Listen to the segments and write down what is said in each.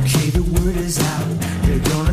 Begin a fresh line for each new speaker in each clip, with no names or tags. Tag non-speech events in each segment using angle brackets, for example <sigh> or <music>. Okay, the word is out. They're gonna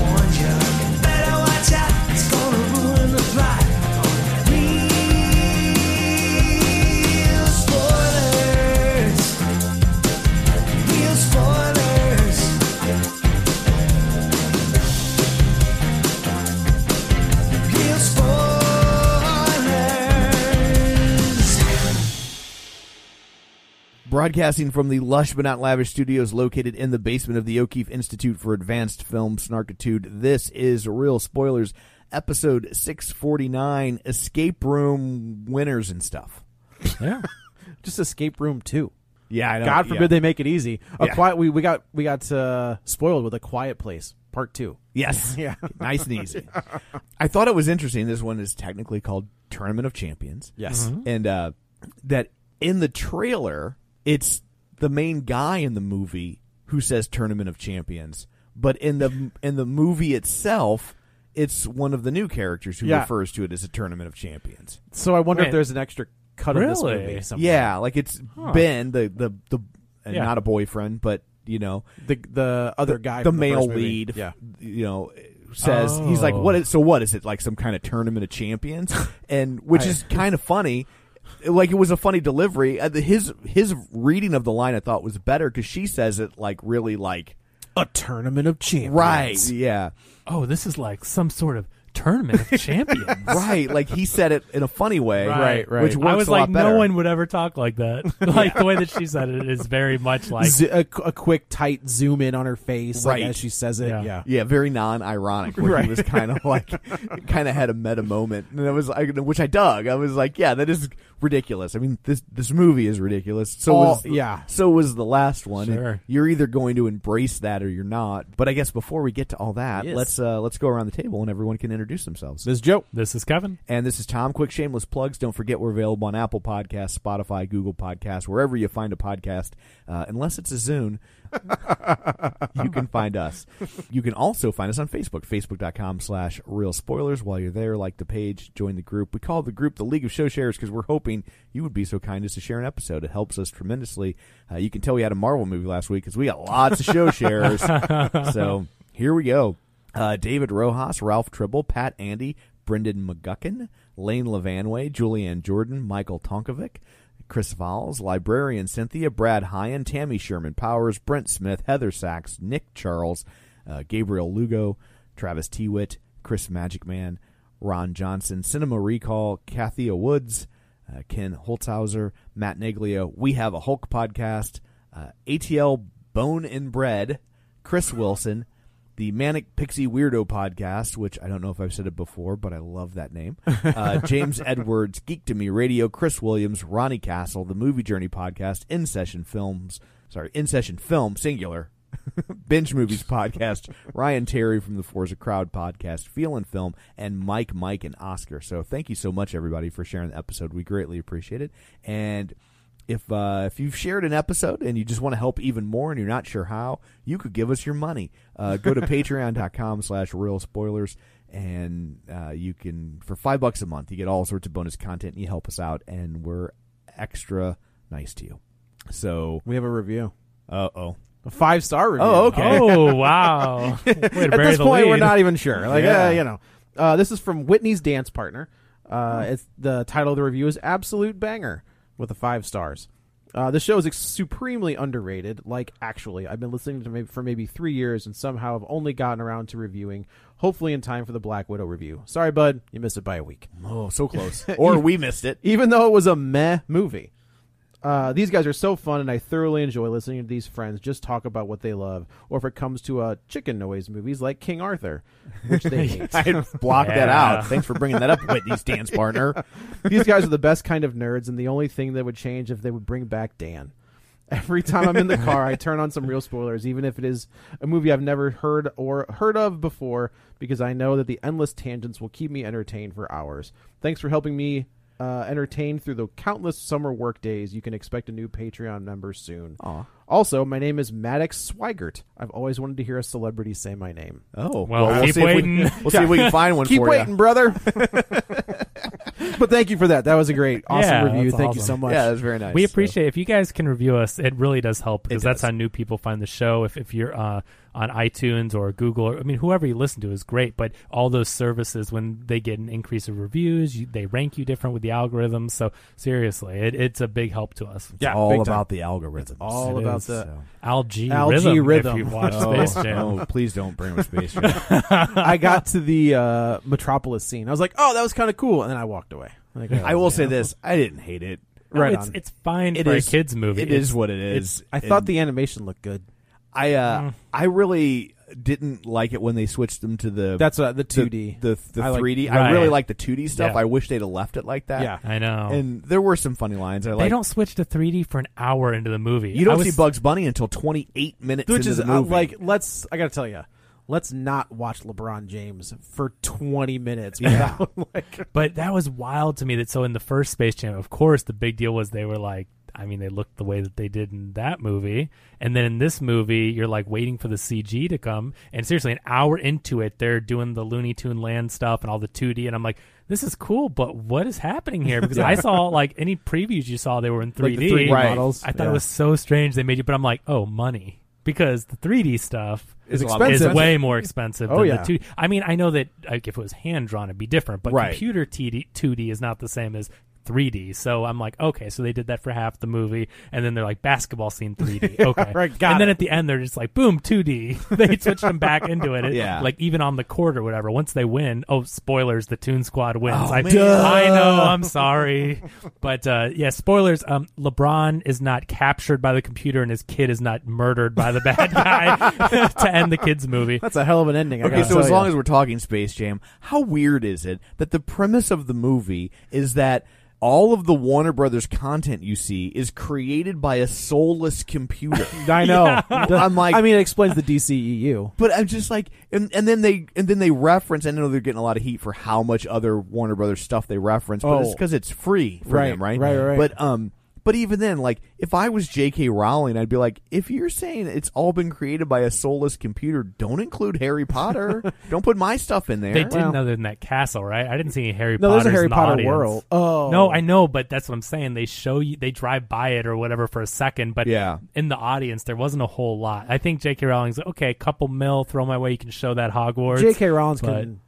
warned you. Better watch out, it's gonna ruin the plot. Real spoilers. Real spoilers. Real spoilers.
Broadcasting from the lush but not lavish studios located in the basement of the O'Keefe Institute for Advanced Film Snarkitude, this is Real Spoilers, episode 649 Escape Room Winners and Stuff.
Yeah. Just escape room two.
Yeah, I know.
God forbid they make it easy. A
Yeah.
quiet we, we got we got uh, spoiled with a quiet place, part two.
Yes. <laughs> Yeah. nice and easy. I thought it was interesting. This one is technically called Tournament of Champions.
Yes.
Mm-hmm.
Mhm.
And uh, that in the trailer, it's the main guy in the movie who says Tournament of Champions, but in the in the movie itself, it's one of the new characters who
Yeah.
refers to it as a Tournament of Champions.
So I wonder
Wait.
if there's an extra cut of this
Really?
movie somewhere.
Yeah, like it's Ben, the the the and
Yeah.
not a boyfriend, but you know,
The the other guy
the
from
male
first movie.
lead,
Yeah.
you know, says he's like,
Oh.
"What? Is, so what is it like? Some kind of tournament of champions?" And which is kind of funny. Like it was a funny delivery. Uh, the- His his reading of the line I thought was better because she says it like really like
A tournament of champions.
yeah,
Oh, this is like some sort of tournament
<laughs>
of champions.
right. Like he said it in a funny way,
Right, right.
Which works
I was
a
like,
lot better.
no one would ever talk like that. <laughs> like the way that she said it is very much like
Z- a, a quick tight zoom in on her face like,
Right.
as she says it.
Yeah.
Yeah.
Yeah, very non-ironic. Where he was kind of like, kind of had a meta moment, and it was like, which I dug. I was like, yeah, that is ridiculous. I mean, this this movie is ridiculous. So
All-
was,
yeah.
so was the last one.
Sure.
You're either going to embrace that or you're not. But I guess before we get to all that,
Yes.
let's uh, let's go around the table and everyone can introduce themselves.
This joke.
this is Kevin.
And this is Tom. Quick shameless plugs. Don't forget we're available on Apple Podcasts, Spotify, Google Podcasts, wherever you find a podcast. Uh, unless it's a Zune, you can find us. You can also find us on Facebook, facebook.com slash real spoilers. While you're there, like the page, join the group. We call the group the League of Show Sharers because we're hoping you would be so kind as to share an episode. It helps us tremendously. Uh, you can tell we had a Marvel movie last week because we got lots of show sharers. so here we go. Uh, David Rojas, Ralph Tribble, Pat Andy, Brendan McGuckin, Lane Levanway, Julianne Jordan, Michael Tonkovic, Chris Valls, Librarian Cynthia, Brad Hyan, Tammy Sherman Powers, Brent Smith, Heather Sachs, Nick Charles, uh, Gabriel Lugo, Travis Tewitt, Chris Magic Man, Ron Johnson, Cinema Recall, Kathia Woods, uh, Ken Holzhauser, Matt Neglia. We have a Hulk podcast, uh, ATL Bone and Bread, Chris Wilson, the Manic Pixie Weirdo podcast, which I don't know if I've said it before, but I love that name. Uh, James Edwards, Geek to Me Radio, Chris Williams, Ronnie Castle, the Movie Journey podcast, In Session Films, sorry, In Session Film Singular. <laughs> Binge Movies Podcast, Ryan Terry from the Forza Crowd Podcast, Feel and Film, and Mike, Mike, and Oscar. So thank you so much, everybody, for sharing the episode. We greatly appreciate it. And if uh, if you've shared an episode and you just want to help even more and you're not sure how, you could give us your money. Uh, go to patreon.com slash real spoilers and uh, you can for five bucks a month you get all sorts of bonus content and you help us out and we're extra nice to you. So
We have a review.
uh oh.
A five star review.
Oh, okay.
Oh wow! Way to
At
bury
this
the
point, we're
lead.
not even sure. Like,
Yeah.
uh, you know, uh, this is from Whitney's dance partner. Uh, it's the title of the review is "Absolute Banger" with the five stars. Uh, the show is ex- supremely underrated. Like, actually, I've been listening to maybe, for maybe three years, and somehow I've only gotten around to reviewing. Hopefully, in time for the Black Widow review. Sorry, bud, you missed it by a week.
Oh, so
<laughs>
close. or we missed it.
Even though it was a meh movie, uh, these guys are so fun, and I thoroughly enjoy listening to these friends just talk about what they love. Or if it comes to uh, chicken noise movies like King Arthur, which they hate.
I had blocked that
Yeah.
out. Thanks for bringing that up, Whitney's dance partner.
These guys are the best kind of nerds, and the only thing that would change if they would bring back Dan. Every time I'm in the car, I turn on some real spoilers, even if it is a movie I've never heard or heard of before, because I know that the endless tangents will keep me entertained for hours. Thanks for helping me uh, entertain through the countless summer work days. You can expect a new Patreon member soon. Also, my name is Maddox Swigert. I've always wanted to hear a celebrity say my name.
Oh,
Well, keep
see if we-
<laughs>
waiting.
we'll see if we can find one
Keep
for
waiting,
you. <laughs>
brother. but thank you for that. That was a great, awesome
Yeah,
review.
that's
Thank you
awesome.
so much.
Yeah, that's very nice.
we appreciate if you guys can review us. It really does help because that's
does.
how new people find the show. If if you're uh, on iTunes or Google, or, I mean, whoever you listen to is great. But all those services, when they get an increase of reviews, you, they rank you different with the algorithms. So seriously, it, it's a big help to us.
It's
Yeah,
all
big time.
about the algorithms.
all
It
about
is,
the.
So-
Algae,
Algae
rhythm. If you
Rhythm.
watch
Oh,
Space Jam,
oh, please don't bring up Space Jam.
<laughs> I got to the uh, Metropolis scene. I was like, oh, that was kind of cool, and then I walked away. Like,
I will say this: I didn't hate it.
No,
right
it's,
on.
it's fine
It
for
is-
a kids movie.
It
It's-
is what it is.
I thought the animation looked good.
I
Mm.
uh, I really didn't like it when they switched them to the
That's uh, the
the-
two D.
the the
I like-
three D. I
Right.
really like the two D stuff.
Yeah.
I wish they'd have left it like that.
Yeah.
I know.
and there were some funny lines. I like.
they don't switch to 3D for an hour into the movie.
you don't
I
see
was-
Bugs Bunny until twenty eight minutes
Which
into
is
the
uh,
movie.
like, let's. I gotta tell you, let's not watch LeBron James for twenty minutes.
Yeah.
<laughs> like,
But that was wild to me that so in the first Space Jam, of course, the big deal was they were like, I mean, they looked the way that they did in that movie, and then in this movie, you're like waiting for the CG to come, and seriously, an hour into it, they're doing the Looney Tune Land stuff and all the 2D, and I'm like, this is cool, but what is happening
<laughs>
here? Because I saw like any previews you saw, they were in 3D,
like the 3D
Right.
models.
I thought
Yeah.
it was so strange they made you, but I'm like, oh, money. Because the 3D stuff
It's
a lot
expensive.
is way more expensive
Oh,
than
yeah.
the 2D. I mean, I know that like, if it was hand drawn, it'd be different, but
Right.
computer TD, 2D is not the same as 3D. So I'm like, okay, so they did that for half the movie, and then they're like, basketball scene
<laughs>
3D. Okay.
right, got
and then
it.
at the end, they're just like,
<laughs>
boom, 2D. they switched them back into it. It-
Yeah.
Like, even on the court or whatever, once they win, oh, spoilers, the Toon Squad wins.
Oh,
I,
man.
I know,
<laughs>
I'm sorry. but uh, yeah, spoilers. Um, LeBron is not captured by the computer, and his kid is not murdered by
<laughs>
the bad guy <laughs> to end the kids' movie.
that's a hell of an ending. I
Okay,
gotta
so
tell
as long
ya.
as we're talking Space Jam, how weird is it that the premise of the movie is that all of the Warner Brothers content you see is created by a soulless computer?
<laughs> I know.
I'm like,
I mean, it explains the E DCEU.
but I'm just like, and, and then they and then they reference. I know they're getting a lot of heat for how much other Warner Brothers stuff they reference, but it's
Oh.
because it's free for
Right,
them, right?
right, right.
But um, but even then, like, if I was J.K. Rowling, I'd be like, if you're saying it's all been created by a soulless computer, don't include Harry
<laughs>
Potter. don't put my stuff in there.
They didn't other than that castle, right? I didn't see any Harry
No,
Potter.
there's a Harry Potter world. Oh.
No, I know, but that's what I'm saying. They show you, they drive by it or whatever for a second, but
Yeah.
in the audience, there wasn't a whole lot. I think J.K. Rowling's like, okay, couple mil, throw my way, you can show that Hogwarts.
J.K. Rowling's
but-
can,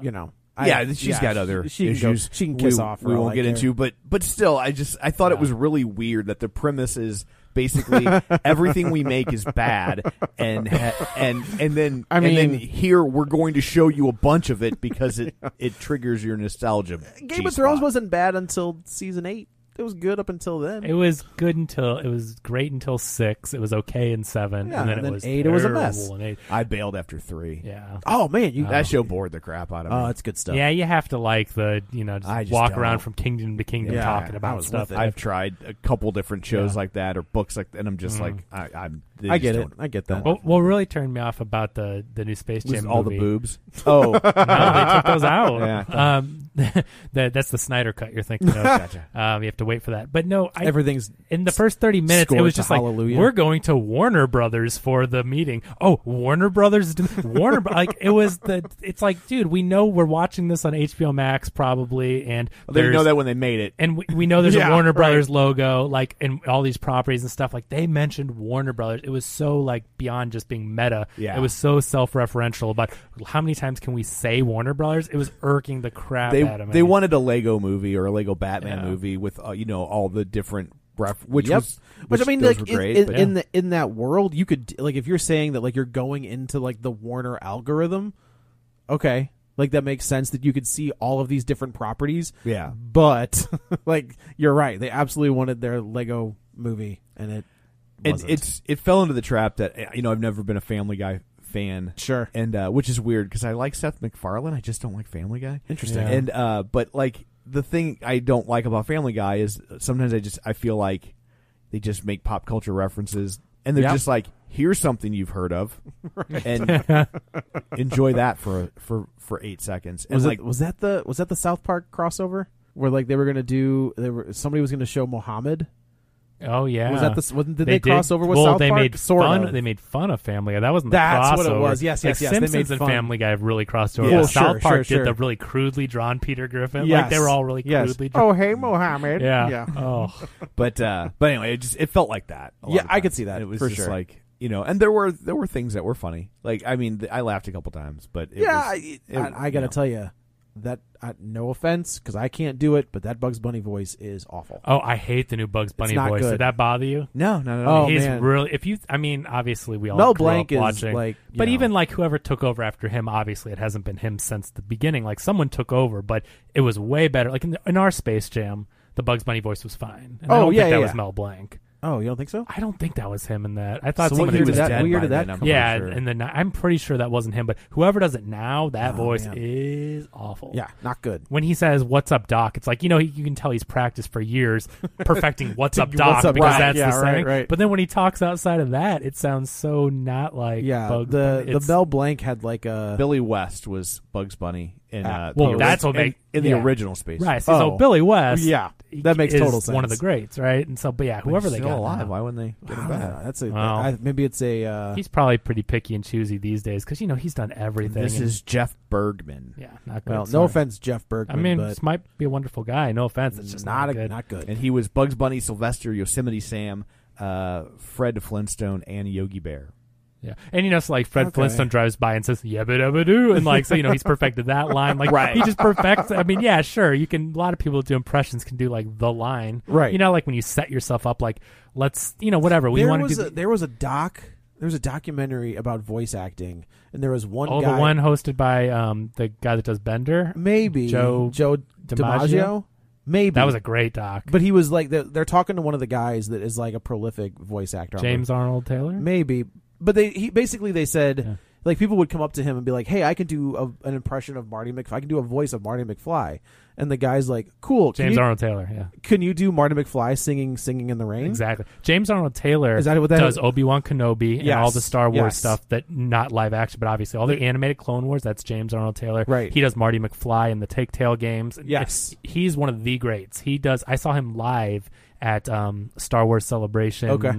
you know. I-
yeah, she's got other
she, she can go-
issues.
she can kiss
we,
off. for
We
all
won't
I
get
care.
into, but but still, I just I thought it was really weird that the premise is
<laughs>
basically everything we make is bad, and ha- and and then
I
and then
mean-
here we're going to show you a bunch of it because it <laughs> it triggers your nostalgia.
Game
G-spot.
of Thrones wasn't bad until season eight. It was good up until then.
It was good until it was great until six. It was okay in seven,
Yeah,
and
and
then it
then
was
eight, it was a
terrible
mess.
in eight.
I bailed after three.
Yeah.
oh man, you
That show bored the crap out of me.
Oh, it's good stuff.
Yeah, you have to like the you know
I
just,
just
walk
don't.
around from kingdom to kingdom
Yeah,
talking
I
about
was
stuff.
with it.
I've tried a couple different shows like that or books like that, and I'm just like I, I'm. they
Mm-hmm. I
just
get it.
don't-
I get that.
What, what really turned me off about the the new Space
Just
Jam
all
movie-
the boobs. <laughs> Oh,
no, they took those
<laughs>
out.
Yeah, I thought-
um, <laughs> that that's the Snyder cut you're thinking
<laughs>
of.
Gotcha.
Um, you have to wait for that. But no, I,
Everything's
in the first 30 minutes it
scored
was
to
just like
Hallelujah.
we're going to Warner Brothers for the meeting. Oh, Warner Brothers do- Warner Bro- like it was the it's like dude, we know we're watching this on HBO Max probably and
they didn't
there's-
know that when they made it.
and we, we
<laughs>
know there's
Yeah,
a Warner
right.
Brothers logo, like and all these properties and stuff. Like they mentioned Warner Brothers, it was so like beyond just being meta.
Yeah.
it was so self-referential about how many times can we say Warner Brothers? It was irking the crap
they
out of me.
they wanted a Lego movie or a Lego Batman
Yeah.
movie with uh, you know all the different ref, which
Yep.
was
which, I mean,
those
like
were
in-
great,
in,
but-
in the in that world, you could like if you're saying that like you're going into like the Warner algorithm, okay, like that makes sense that you could see all of these different properties.
Yeah.
but <laughs> like you're right, they absolutely wanted their Lego movie, and it
and
wasn't.
it's it fell into the trap that eh, you know I've never been a Family Guy fan,
Sure.
and uh, which is weird because I like Seth MacFarlane, I just don't like Family Guy.
Interesting.
Yeah.
And uh, but like the thing I don't like about Family Guy is sometimes I just I feel like they just make pop culture references and they're
Yep.
just like here's something you've heard <laughs> of <laughs> and enjoy that for for for eight seconds. And
was
like
it, was that the was that the South Park crossover where like they were gonna do they were somebody was gonna show Mohammed.
Oh yeah,
Was that the s- wasn't- did they cross over with
well,
South
they
Park?
Made
Sort
fun,
of.
They made fun of Family Guy. That wasn't
That's
the
what it
crossover.
was. Yes, yes,
like
yes, they made
Simpsons and
fun.
Family Guy have really crossed over.
Yeah. Well,
South
sure,
Park
sure,
did the
sure.
really crudely drawn Peter Griffin. Like
Yes.
they were all really
Yes.
crudely
Oh
drawn.
hey Mohammed.
yeah.
yeah.
Oh,
but uh but anyway it just it felt like that a lot
Yeah,
of
I could
times.
see that,
And it was
for
just
sure.
like you know and there were there were things that were funny like i mean th- i laughed a couple times but it
yeah,
was,
I-
it-
I, I
you know.
gotta tell you that I, no offense because I can't do it, but that Bugs Bunny voice is awful.
oh, I hate the new Bugs Bunny
not
voice.
good.
Did that bother you?
no not at all
Oh,
He's
man.
really if you. I mean, obviously we all
Mel
grew up
Blanc is,
watching,
like, you
but
know.
even like whoever took over after him, obviously it hasn't been him since the beginning. Like someone took over, but it was way better. Like in, the, in our Space Jam, the Bugs Bunny voice was fine. And I
Oh,
don't
yeah,
think that
yeah,
was
yeah.
Mel Blanc.
Oh, you don't think so?
I don't think that was him in that. I thought
So what
someone
year
had
did
just
that-
dead
what year
by
did
then,
that
I'm
come
Yeah,
out? Sure.
and then I'm pretty sure that wasn't him. But whoever does it now, that
Oh,
voice
man.
is awful.
Yeah, not good.
When he says "What's up, Doc," it's like you know he, you can tell he's practiced
<laughs>
for years perfecting "What's up,
What's
Doc"
up,
because
right,
that's
yeah,
the
right,
saying.
right.
But then when he talks outside of that, it sounds so not like
Yeah,
Bugs
the
Bunny.
the
It's-
Mel Blanc had like a
billy west was bugs bunny in
Ah,
uh,
Oh. well,
the
that's
ori-
what make-
in, in
yeah.
the original space
right. So,
oh.
so Billy West,
Yeah, that makes
is
total
One of the
sense.
greats, right? And so, but yeah,
But
whoever
he's
they
still
got
alive
now.
why wouldn't they get
I
him
don't
back
know, that's a
Wow.
I- maybe it's a uh,
He's probably pretty picky and choosy these days because you know he's done everything.
this
and-
is jeff bergman
yeah, not good.
well, no
sorry.
offense, Jeff
I
Bergman.
mean,
but
this might be a wonderful guy. No offense, it's just not,
not a-
good.
not good.
and he was bugs bunny sylvester yosemite sam uh, fred flintstone and yogi bear
yeah, and you know, it's like Fred
Okay.
Flintstone drives by and says "yabba dabba doo," and like so, you know, he's perfected that line. Like he just perfects. I mean, yeah, sure, you can. A lot of people do impressions can do like the line,
Right.
You know, like when you set yourself up, like let's, you know, whatever we
there
want to
was
do.
a, there was a doc there was a documentary about voice acting, and there was one
oh,
guy
the one hosted by um the guy that does Bender.
maybe
Joe
Joe
DiMaggio?
DiMaggio maybe
That was a great doc.
but he was like they're, they're talking to one of the guys that is like a prolific voice actor on the
James Arnold Taylor.
maybe but they he basically they said
Yeah.
like people would come up to him and be like hey i can do a, an impression of marty mcfly i can do a voice of marty mcfly and the guy's like cool can,
James
you,
Arnold Taylor. Yeah.
can you do marty mcfly singing singing in the rain
Exactly. James Arnold Taylor
Is that what that
does
is?
Obi Wan Kenobi and
Yes.
all the Star Wars
Yes.
stuff that not live action, but obviously all the animated Clone Wars. That's James Arnold Taylor.
Right.
He does Marty McFly in the Take Tail games.
Yes.
It's- he's one of the greats. He does. I saw him live at um, Star Wars Celebration.
Okay.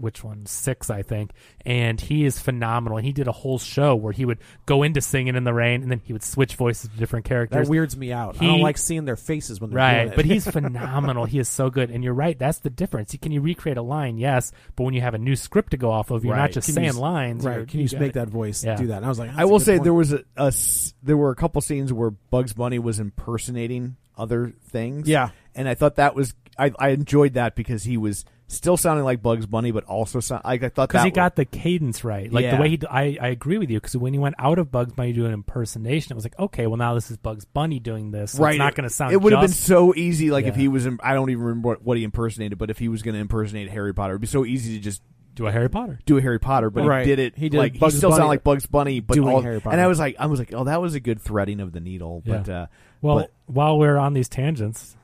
Which one? Six, I think. And he is phenomenal. He did a whole show where he would go into singing in the rain, and then he would switch voices to different characters.
that weirds me out i
He-
don't like seeing their faces when they're doing
Right,
it.
but
<laughs>
he's phenomenal. he is so good, and you're right. That's the difference. He- Can you recreate a line? Yes, but when you have a new script to go off of, you're not
Right.
just
Can you s-
saying lines.
right
you're-
can you just
got
make
it.
that voice
Yeah.
do that and i was like "Oh,
I
that's a
will
good
say
point."
there was a, a s- there were a couple scenes where Bugs Bunny was impersonating other things.
Yeah.
and I thought that was I, I enjoyed that because he was still sounding like Bugs Bunny, but also sound, I, I thought
because
that
he
was-
got the cadence right, like
Yeah.
the way he. d- I, I agree with you because when he went out of Bugs Bunny doing an impersonation, it was like, okay, well now this is Bugs Bunny doing this. So it's not going to sound.
It would have been
just-
so easy, like if
Yeah.
he was. Im- I don't even remember what, what he impersonated, but if he was going to impersonate Harry Potter, it'd be so easy to just
do a Harry Potter.
do a Harry Potter, but
Right.
he did it.
He did
like
Bugs
he still
Bunny
sounded like Bugs Bunny, but
doing
all,
Harry Potter.
And I was like, I was like, oh, that was a good threading of the needle. But
Yeah.
uh,
Well, while we're on these tangents,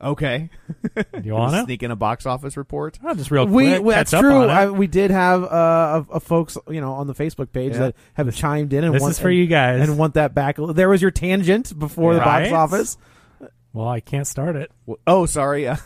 but, okay,
<laughs>
do you want to?
<laughs> sneak in a box office report.
Oh, just real
we
quick.
well,
catch
that's
up
true.
on it.
I, we did have uh, a, a folks you know on the Facebook page
Yeah.
that have chimed in and
This
want
is for
and-
you guys.
and want that back. There was your tangent before the box
Right?
office.
well, I can't start it.
Wh- Oh, sorry. <laughs>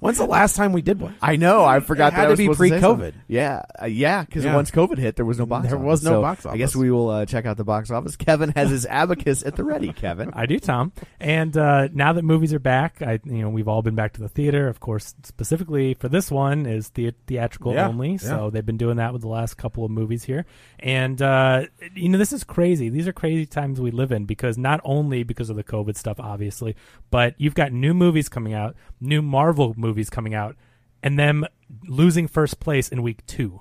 When's the last time we did one?
I know. I forgot
It had
that I
to
was
be
supposed say
pre-COVID.
something. yeah, uh, yeah. Because
Yeah.
once COVID hit, there was no box.
There
office.
was no
So
box
I guess
office.
we will uh, check out the box office. Kevin has
<laughs>
his abacus at the ready. Kevin,
I do, Tom. And uh, now that movies are back, I you know we've all been back to the theater. Of course, specifically for this one is the theatrical
Yeah,
only.
yeah.
So they've been doing that with the last couple of movies here. And uh, you know this is crazy. These are crazy times we live in because not only because of the COVID stuff, obviously. But you've got new movies coming out, new Marvel movies coming out, and them losing first place in week two.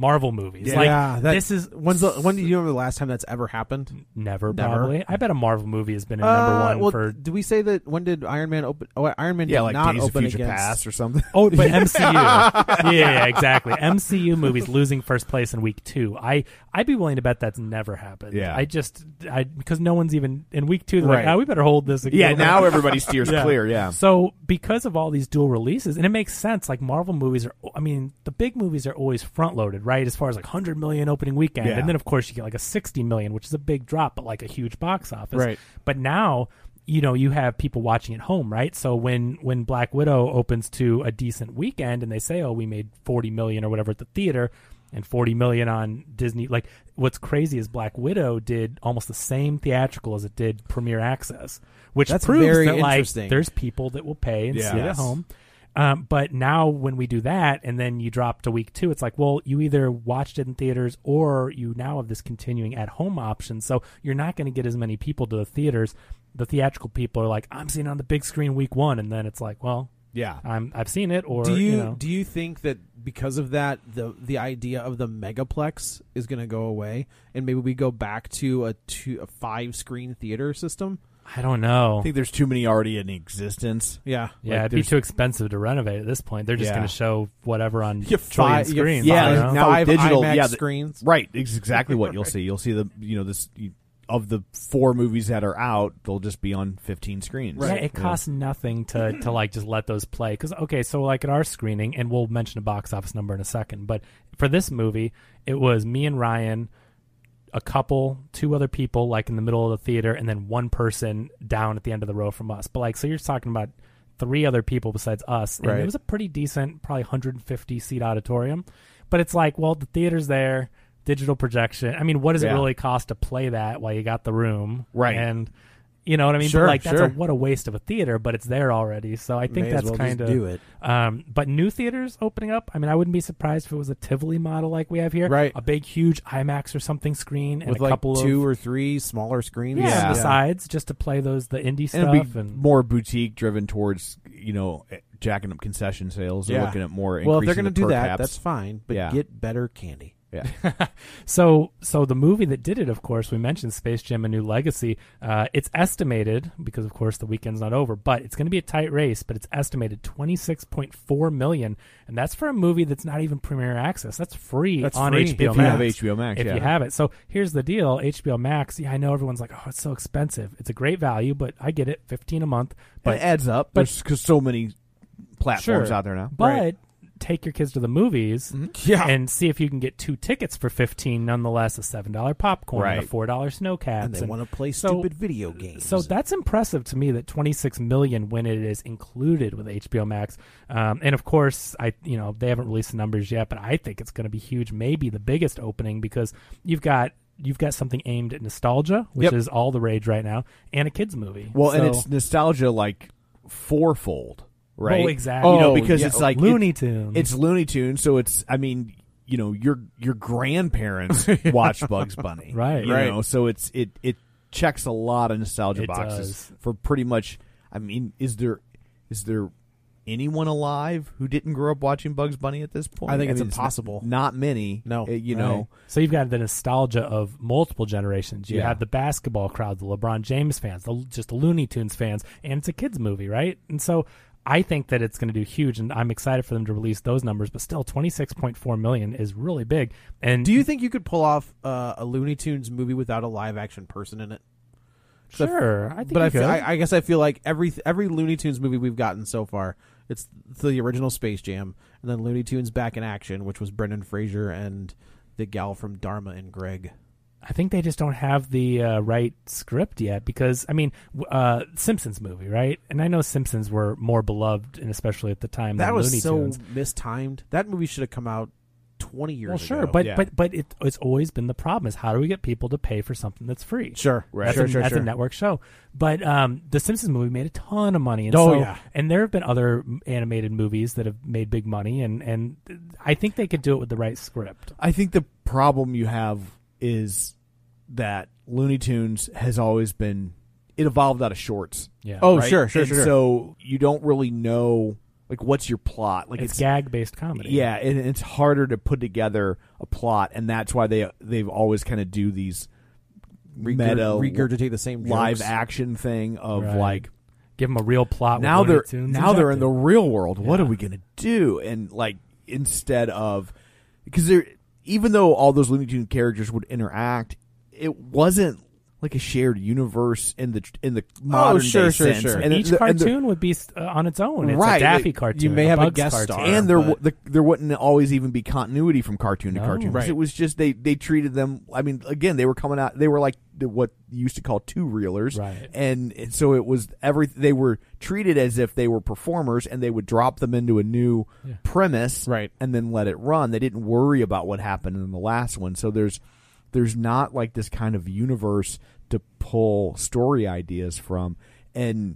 Marvel movies. like
yeah, that-
this is
when's the, when do you remember the last time that's ever happened?
never,
Never.
probably. I bet a Marvel movie has been in number
Uh,
one
well,
for
do we say that when did Iron Man open? Oh, Iron Man
yeah,
did
like
not
Days of
open
Future
against.
Past or something.
Oh,
<laughs>
but MCU. yeah, yeah, exactly. MCU movies losing first place in week two. I I'd be willing to bet that's never happened.
Yeah.
I just I because no one's even in week two. They're
Right.
like, oh, we better hold this. a
yeah,
little
now
bit."
everybody steers
Yeah.
clear. <laughs> Yeah,
So because of all these dual releases, and it makes sense. Like Marvel movies are, I mean, the big movies are always front loaded, right? As far as like hundred million opening weekend,
Yeah.
and then of course you get like a sixty million, which is a big drop, but like a huge box office.
Right.
But now you know you have people watching at home, right? So when when Black Widow opens to a decent weekend, and they say, oh, we made forty million or whatever at the theater. And forty million on Disney. Like, what's crazy is Black Widow did almost the same theatrical as it did Premiere Access, which
That's
proves
very
that like
interesting.
there's people that will pay and
Yeah.
see it at
Yes.
home. Um, but now when we do that and then you drop to week two, it's like, well, you either watched it in theaters or you now have this continuing at home option. So you're not going to get as many people to the theaters. The theatrical people are like, I'm seeing it on the big screen week one. And then it's like, well,
yeah.
I'm, I've seen it or,
do you,
you, know,
do you think that because of that the the idea of the megaplex is going to go away and maybe we go back to a two a five screen theater system?
I don't know.
I think there's too many already in existence.
Yeah.
yeah,
like,
it'd be
there's-
too expensive to renovate at this point. They're just
Yeah.
going to show whatever on
You have
trillion
five- you have
screens.
five-
I
Yeah,
don't
like
know.
now
Five
with digital
IMAX
yeah, the-
screens.
Right, it's exactly what you'll see. You'll see the you know this you, of the four movies that are out, they'll just be on 15 screens.
Yeah, it costs nothing to to like just let those play. Because okay, so like at our screening, and we'll mention a box office number in a second, but for this movie, it was me and Ryan, a couple, two other people, like in the middle of the theater, and then one person down at the end of the row from us. But like, so you're talking about three other people besides us, and
Right.
it was a pretty decent, probably 150 seat auditorium. But it's like, well, the theater's there. Digital projection. I mean, what does it
Yeah.
really cost to play that while you got the room?
Right.
And you know what I mean?
Sure,
but like that's
sure.
a, what a waste of a theater, but it's there already. So I think
May as
that's
well just
kind of
do it.
Um, but new theaters opening up. I mean, I wouldn't be surprised if it was a Tivoli model like we have here,
Right.
A big, huge IMAX or something screen and
With
a
like
couple
two
of
or three smaller screens.
yeah, on
Yeah.
the sides just to play those the indie
and
stuff
it'll be
and
more boutique driven towards you know jacking up concession sales. They're
Yeah.
looking at more.
Well, if they're
going
gonna
to
do that, that's fine, but
Yeah.
get better candy.
yeah.
<laughs> So, so the movie that did it, of course, we mentioned Space Jam: A New Legacy. Uh, it's estimated because, of course, the weekend's not over, but it's going to be a tight race. But it's estimated twenty six point four million, and that's for a movie that's not even premiere access. That's free
That's
on
free.
HBO
If you
Max.
have HBO Max,
if
yeah.
you have it. So here's the deal: HBO Max. Yeah, I know everyone's like, "Oh, it's so expensive." It's a great value, but I get it, fifteen a month. But
but
Eh,
it adds up.
but-
There's because so many platforms out there now.
But
Right. Mm-hmm.
take your kids to the movies
Yeah.
<laughs> and see if you can get two tickets for 15 nonetheless a $7 popcorn and
Right.
a $4 snow cap
And they want to play
so-
stupid video games.
so that's impressive to me that 26 million when it is included with HBO Max. Um, and of course, I you know they haven't released the numbers yet, but I think it's going to be huge. Maybe the biggest opening because you've got you've got something aimed at nostalgia, which
Yep.
is all the rage right now, and a kids movie.
Well, and
So-
it's nostalgia like fourfold, right?
Well, exactly.
You know,
Oh,
because
yeah.
it's like
Looney
it-
Tunes.
It's Looney Tunes, so it's I mean, you know, your your grandparents
<laughs>
watched Bugs Bunny,
Right.
You
Right.
know, so it's it it checks a lot of nostalgia
It
boxes
does.
for pretty much. I mean, is there is there anyone alive who didn't grow up watching Bugs Bunny at this point?
I think it's
mean, n-
impossible.
Not many.
No.
uh, you
Right.
know.
So you've got the nostalgia of multiple generations. You
Yeah.
have the basketball crowd, the LeBron James fans, the just the Looney Tunes fans, and it's a kids movie, right? And so I think that it's going to do huge, and I'm excited for them to release those numbers. But still, 26.4 million is really big. And
Do you think you could pull off uh, a Looney Tunes movie without a live action person in it? 'Cause I f-
sure? I think
but
you
I, feel,
could.
I, I guess I feel like every every Looney Tunes movie we've gotten so far, it's the original Space Jam, and then Looney Tunes Back in Action, which was Brendan Fraser and the gal from Dharma and Greg.
I think they just don't have the uh, right script yet because I mean, w- uh, Simpsons movie, right? And I know Simpsons were more beloved, and especially at the time,
That
than
was
Looney
so
Tunes.
mistimed. That movie should have come out twenty years.
Well, sure,
ago.
but
Yeah.
but but it, it's always been the problem is how do we get people to pay for something that's free?
sure, right.
That's,
sure,
a,
sure,
that's
sure.
a network show. But um, the Simpsons movie made a ton of money. And
Oh,
so,
yeah.
And there have been other m- animated movies that have made big money, and and I think they could do it with the right script.
I think the problem you have is that Looney Tunes has always been it evolved out of shorts.
Yeah.
Oh,
right?
sure, sure,
And
sure. sure.
So you don't really know like what's your plot. Like
it's, gag based comedy.
yeah, and it's harder to put together a plot, and that's why they they've always kind of do these
Regurg-
meta
regurgitate the same
live
jokes.
action thing of
Right.
like
Give them a real plot. with
now
Looney
they're
Tunes
now they're in the
injected.
real world. What are
Yeah.
we gonna do? And like instead of because there, even though all those Looney Tune characters would interact, it wasn't like a shared universe in the in the
Oh,
modern day
sure, sure,
sense.
sure.
And
each
the- and
cartoon
the-
would be uh, on its own. It's
Right,
a Daffy
like,
cartoon.
you may have a
Bugs
guest
cartoon.
star.
and there,
but-
w- the, there wouldn't always even be continuity from cartoon to
No.
cartoon. 'cause
Right.
It was just they they treated them. I mean, again, they were coming out. They were like the, what you used to call two reelers,
Right.
And, and so it was every they were treated as if they were performers, and they would drop them into a new premise,
Right.
And then let it run. They didn't worry about what happened in the last one. So there's there's not like this kind of universe to pull story ideas from, and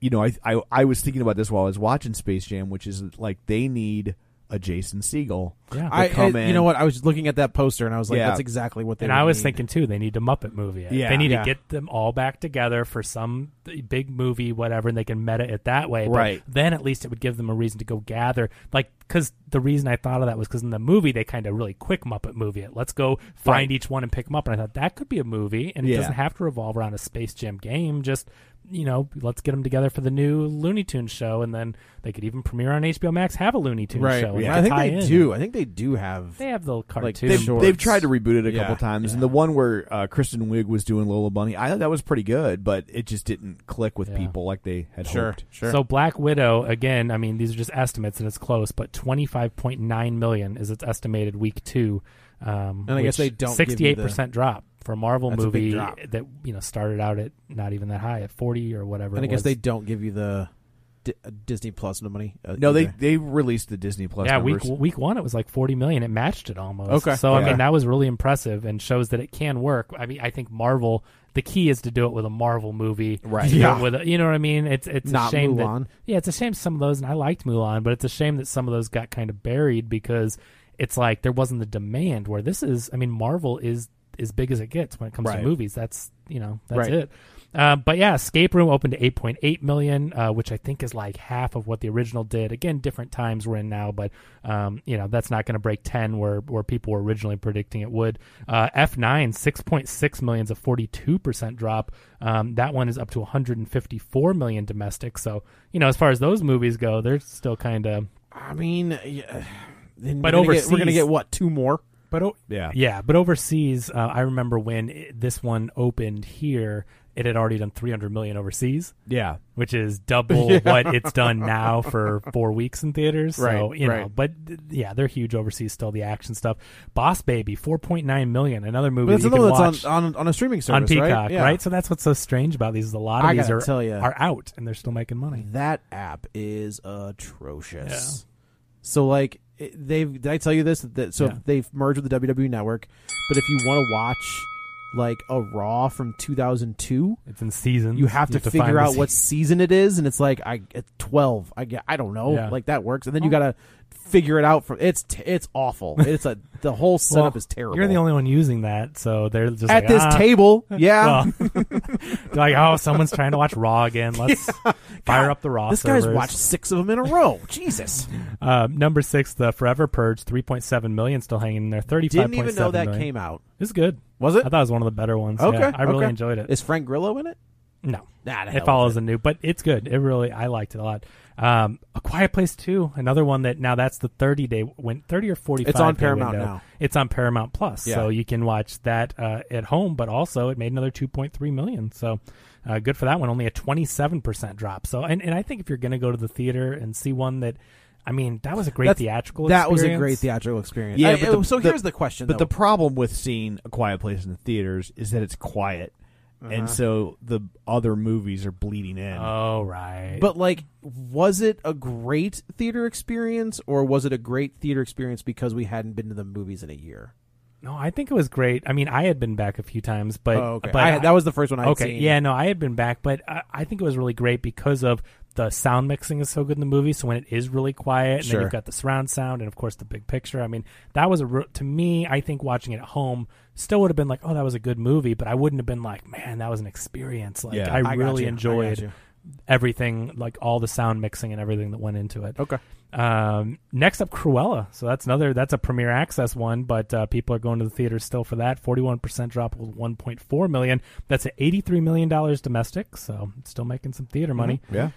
you know, I, I I was thinking about this while I was watching Space Jam, which is like they need a Jason Siegel.
Yeah.
to
I,
come
I-
in.
you know what? I was looking at that poster and I was like,
Yeah.
that's exactly what they.
And
would
I was
need.
thinking too, they need a Muppet movie.
Yeah.
they need
Yeah.
to get them all back together for some th- big movie, whatever, and they can meta it that way. But
Right.
then at least it would give them a reason to go gather. Like, because the reason I thought of that was because in the movie they kind of really quick Muppet movie it. Let's go find
Right.
each one and pick them up. And I thought that could be a movie, and
Yeah.
it doesn't have to revolve around a Space Jam game. Just you know, let's get them together for the new Looney Tunes show, and then they could even premiere on HBO Max. Have a Looney Tunes
right.
show. and
I think
tie
they
in.
do. I think they do have.
They have the cartoon.
They've-
They've,
shorts.
they've tried to reboot it a
Yeah.
couple times, and the one where uh, Kristen Wiig was doing Lola Bunny, I thought that was pretty good, but it just didn't click with
Yeah.
people like they had
Sure,
hoped.
sure.
So Black Widow, again, I mean, these are just estimates and it's close, but 25.9 million is its estimated week two. Um,
And I guess
which
they don't give you
68%
the-
drop for a Marvel
That's a big
movie
drop.
that, you know, started out at not even that high at 40 or whatever.
and I
it
guess
was.
they don't give you the D- uh, Disney Plus no money. uh,
No, they
either.
they released the Disney Plus.
yeah,
numbers.
week week one it was like forty million. It matched it almost.
Okay.
So I
Okay.
mean that was really impressive and shows that it can work. I mean I think Marvel. The key is to do it with a Marvel movie,
Right.
To do it
Yeah.
With a, you know what I mean? It's it's
Not
a shame
Mulan.
that yeah, it's a shame some of those and I liked Mulan, but it's a shame that some of those got kind of buried because it's like there wasn't the demand. Where this is, I mean, Marvel is as big as it gets when it comes
Right.
to movies. That's you know that's
Right.
it. Um, but yeah, Escape Room opened to 8.8 million, uh, which I think is like half of what the original did. Again, different times we're in now, but um, you know that's not going to break 10 where where people were originally predicting it would. Uh, F9 6.6 million is a 42 percent drop. Um, that one is up to 154 million domestic. So you know, as far as those movies go, they're still kind of
I mean, yeah, then
But
we're gonna get- we're gonna
overseas-
get what two more?
but o-
Yeah.
yeah, but overseas, uh, I remember when it, this one opened here, it had already done 300 million overseas,
yeah.
which
<laughs>
is double what it's done now for four weeks in theaters. so
Right,
you know,
right.
but th- yeah, they're huge overseas. Still, the action stuff, Boss Baby, 4.9 million, another
But
movie
that's
that you can
another
watch
that's on, on on a streaming service,
on Peacock,
right? Yeah.
So that's what's so strange about these. Is a lot of
I
these
gotta
are
tell ya.
are out and they're still making money.
That app is atrocious. So like it- they've did I tell you this that so
Yeah.
they've merged with the WWE network, but if you want to watch like a Raw from 2002,
It's in seasons.
you have to,
find
figure
the
out
se-
what season it is and it's like I at 12, I get- I don't know,
Yeah.
like that works. And
Oh.
then you got to figure it out from it's t- it's
<laughs>
awful. It's a the whole setup
Well,
is terrible.
You're the only one using that, so they're just
at
like,
this
"Ah, <laughs>
table, yeah.
Well, <laughs> they're like, oh, someone's trying to watch
<laughs>
Raw again. Let's fire up the Raw.
this
servers.
guy's watched six of them in a
<laughs>
row. Jesus,
Uh, number six, the Forever Purge, three point seven million, still hanging in there. Thirty-five.
didn't even know that came out.
It's good.
Was it?
I thought it was one of the better ones.
Okay,
Yeah, I really
okay.
enjoyed it.
Is Frank Grillo in it?
no,
Nah, the hell
it
with
follows a new, but it's good. It really, I liked it a lot. Um, a Quiet Place Two, another one that now that's the thirty day went thirty or forty.
It's on Paramount
window.
now.
It's on Paramount Plus,
Yeah.
so you can watch that uh, at home. But also, it made another two point three million. So. Uh, good for that one. Only a twenty-seven percent drop. So, and, and I think if you're going to go to the theater and see one that, I mean, that was a great
That's-
theatrical.
That was a
experience.
great theatrical experience.
Yeah,
I-
but the-
so
the-
here's the question.
But
though.
the problem with seeing A Quiet Place in the theaters is that it's quiet,
Uh-huh.
and so the other movies are bleeding in.
Oh right.
but like, was it a great theater experience, or was it a great theater experience because we hadn't been to the movies in a year?
no, I think it was great. I mean, I had been back a few times, but
oh, okay.
but
I, that was the first one I had
okay.
seen.
Yeah, no, I had been back, but I, I think it was really great because of the sound mixing is so good in the movie. So when it is really quiet, and
Sure.
then you've got the surround sound, and of course the big picture. I mean, that was a re- to me. I think watching it at home still would have been like, oh, that was a good movie, but I wouldn't have been like, man, that was an experience. Like
Yeah.
I,
I got
really
you. I got
enjoyed
you.
everything, like all the sound mixing and everything that went into it.
Okay.
Um, next up, Cruella. So that's another that's a premiere access one, but uh, people are going to the theaters still for that. Forty one percent drop with one point four million. That's at eighty three million dollars domestic. So it's still making some theater money.
Mm-hmm.
Yeah.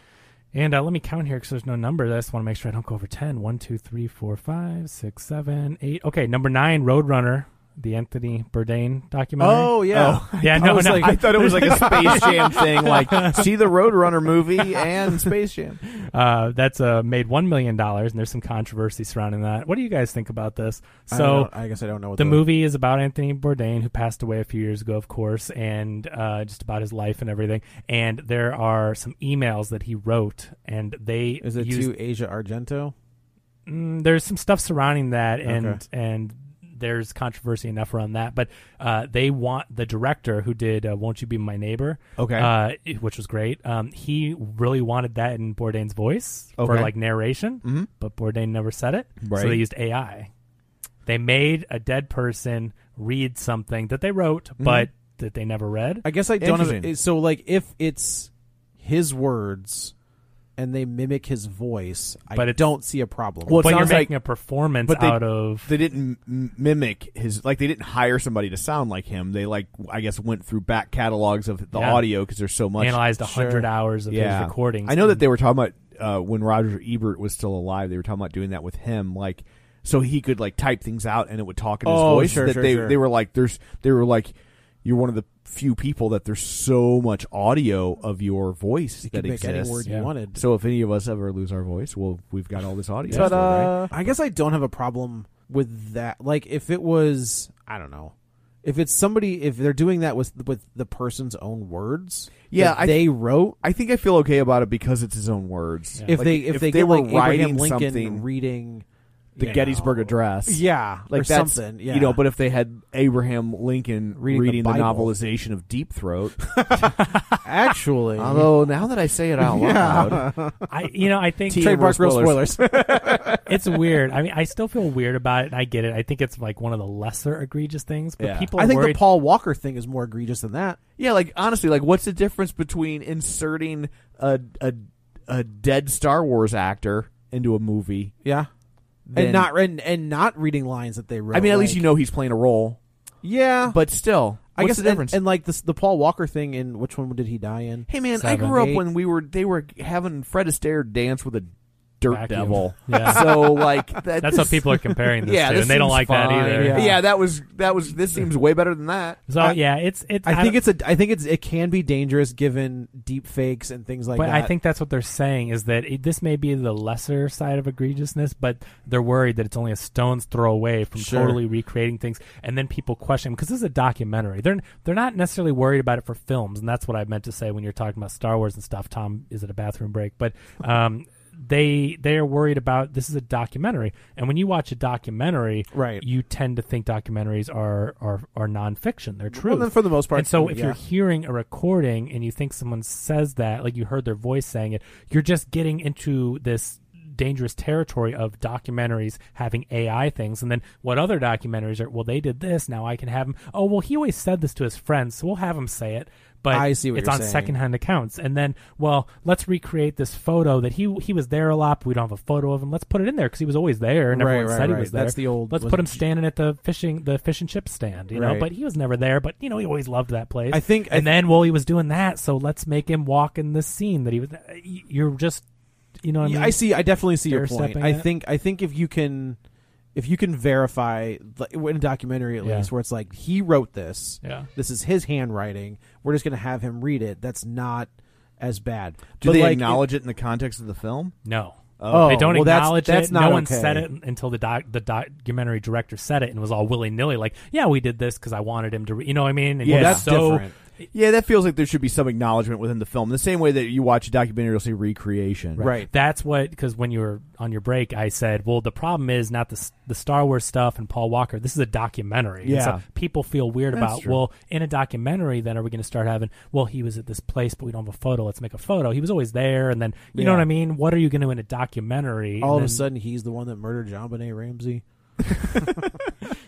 And uh, let me count here because there's no number. I just want to make sure I don't go over 10. 1, 2, 3, 4, 5, 6, 7, 8. Okay, number 9, Roadrunner, the Anthony Bourdain documentary.
Oh yeah. <laughs>
yeah, no,
was
no.
like- I thought it was like a Space Jam
<laughs>
thing, like see the Roadrunner movie and Space Jam.
Uh, that's uh, made $1 million, and there's some controversy surrounding that. What do you guys think about this?
I
So,
don't- I, guess I don't know what
the movie is about Anthony Bourdain, who passed away a few years ago, of course, and uh, just about his life and everything. And there are some emails that he wrote, and they
is it
used
to Asia Argento.
mm, there's some stuff surrounding that and
Okay.
and there's controversy enough around that but uh, they want the director who did uh, won't you be my neighbor
Okay.
uh, which was great um, he really wanted that in bourdain's voice for
Okay. Mm-hmm.
like narration but bourdain never said it
Right.
so they used ai they made a dead person read something that they wrote
Mm-hmm.
but that they never read
I guess I don't
Interesting.
have. So like, if it's his words and they mimic his voice,
But
I
it's-
don't see a problem.
Well, it
but you're
sounds like-
making a performance
but they-
out of
They didn't m- mimic his like they didn't hire somebody to sound like him. They like I guess went through back catalogs of the
Yeah.
audio because there's so much
analyzed 100 hours of his recordings
I know that they were talking about uh, when Roger Ebert was still alive. They were talking about doing that with him, like so he could like type things out and it would talk in his
Oh,
voice.
sure,
that
sure,
they
sure.
they were like, there's they were like, you're one of the few people that there's so much audio of your voice
you
that
could make
exists.
any word
Yeah.
you wanted.
So if any of us ever lose our voice, well, we've got all this audio.
But
still, right?
uh, I guess I don't have a problem with that. Like, if it was, I don't know, if it's somebody, if they're doing that with with the person's own words,
Yeah,
that
I-
they wrote.
I think I feel okay about it because it's his own words.
If
Like,
they if, they, get,
were
like,
writing
Abraham Lincoln
something,
reading
the
you
Gettysburg
know,
Address,
yeah,
like
or
that's,
something, yeah,
You know, but if they had Abraham Lincoln
Reading
reading,
the
the,
Bible. <laughs>
novelization of Deep Throat,
actually,
although now that I say
<laughs>
it out loud,
I, you know i think
T-
trademark real
Real spoilers. <laughs>
spoilers.
it's weird. I mean, I still feel weird about it, and I get it. I think it's like one of the lesser egregious things, but
Yeah.
people are
I think the
worried.
Paul Walker thing is more egregious than that.
yeah, like honestly, like what's the difference between inserting a a, a dead Star Wars actor into a movie?
Yeah.
Then-
and not and, and not reading lines that they wrote.
I mean, at least
like-
you know he's playing a role,
Yeah,
but still,
I
what's
guess
the
and-
difference?
And, like this, the Paul Walker thing. In which one did he die in?
hey, man, I
Seven.
grew up
Eight.
when we were they were having Fred Astaire dance with a dirt
Vacuum.
devil.
Yeah.
<laughs>
<laughs>
So like that,
That's what people are comparing this
Yeah,
to,
this
and they don't like
seems fine.
that either.
Yeah.
Yeah.
that was that was. This seems way better than that.
So
I-
yeah, it's it's.
I, think
don't-
it's a. I think it's it can be dangerous given deep fakes and things like
But
that.
I think that's what they're saying is that it, this may be the lesser side of egregiousness, but they're worried that it's only a stone's throw away from
Sure.
totally recreating things, and then people question because this is a documentary. They're they're not necessarily worried about it for films, and that's what I meant to say when you're talking about Star Wars and stuff. Tom is at a bathroom break,
<laughs>
but um, they they are worried about this is a documentary, and when you watch a documentary,
Right.
you tend to think documentaries are are are nonfiction. They're true.
Well, then for the most part,
And so if
yeah.
you're hearing a recording and you think someone says that, like you heard their voice saying it, you're just getting into this dangerous territory of documentaries having AI things. And then what other documentaries are, well, they did this. Now I can have them. Oh, well, he always said this to his friends, so we'll have him say it. But
I see what
it's
you're
on
saying.
secondhand accounts. And then, well, let's recreate this photo that he he was there a lot. But we don't have a photo of him. Let's put it in there because he was always there and
Right,
everyone
right,
said
right.
he was there.
That's the old-
Let's
was
put
it
him
G-
standing at the fishing the fish and chip stand, you know.
Right.
But he was never there. But you know, he always loved that place.
I think- I
And then, well, he was doing that, so let's make him walk in this scene that he was. uh, You're just, you know, what
Yeah,
I mean.
I see. I definitely see your
Stair-stepping
point. I
it.
think. I think if you can, if you can verify like, in a documentary at
Yeah.
least, where it's like he wrote this.
Yeah.
This is his handwriting. We're just gonna have him read it. That's not as bad.
Do
But,
they
like,
acknowledge it in the context of the film?
No.
Oh,
they don't
well, that's-
acknowledge
that's
it.
not
no one
okay.
said it until the doc, the documentary director said it and was all willy nilly, like, "Yeah, we did this because I wanted him to." Re-, you know what I mean? And
Yeah,
he was
that's
so
different.
Yeah, that feels like there should be some acknowledgement within the film. The same way that you watch a documentary, you'll see recreation.
Right.
That's what because when you were on your break, I said, "Well, the problem is not the s- the Star Wars stuff and Paul Walker. This is a documentary. And
Yeah.
so people feel weird
That's
about.
true.
Well, in a documentary, then are we going to start having? Well, he was at this place, but we don't have a photo. Let's make a photo. He was always there, and then you know
Yeah.
what I mean. What are you going to in a documentary?
All
And
of a
then-
sudden, he's the one that murdered John Benet Ramsey.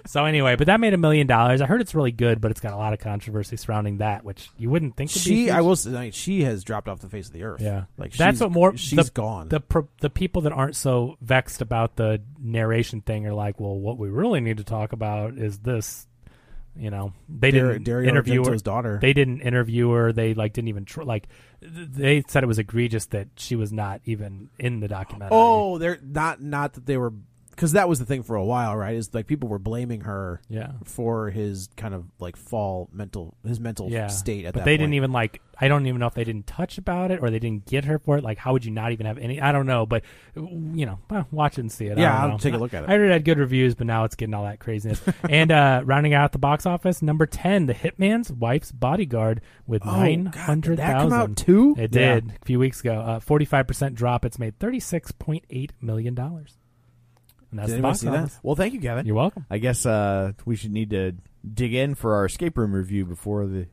So anyway, but that made a million dollars. I heard it's really good, but it's got a lot of controversy surrounding that, which you wouldn't think. would be
She,
huge.
I will say, like, she has dropped off the face of the earth.
Yeah,
like
that's
she's-
what more
She's
the,
gone.
The pro- the people that aren't so vexed about the narration thing are like, well, what we really need to talk about is this. You know, they
Dar-
didn't
Dario
interview her.
Argento's daughter.
They didn't interview her. They like didn't even tr- like. th- They said it was egregious that she was not even in the documentary.
oh, they're not not that they were because that was the thing for a while, right? Is like people were blaming her
yeah,
for his kind of like fall mental his mental
yeah.
state at
but
that.
they
point.
didn't even like. I don't even know if they didn't touch about it or they didn't get her for it. Like, how would you not even have any? I don't know, but you know, well, watch it and see it. I
Yeah,
don't
I'll
know.
take a look at it.
I already had good reviews, but now it's getting all
<laughs>
that craziness. and uh, rounding out the box office, number ten, The Hitman's Wife's Bodyguard with
Oh, God,
nine
did
hundred
that come out
thousand.
too?
It
Yeah.
did a few weeks ago. Uh, Forty-five percent drop. It's made thirty-six point eight million dollars. And that's
Did
the
anyone
box
see that?
office.
Well, thank you, Kevin.
You're welcome.
I guess uh, we should need to dig in for our escape room review before the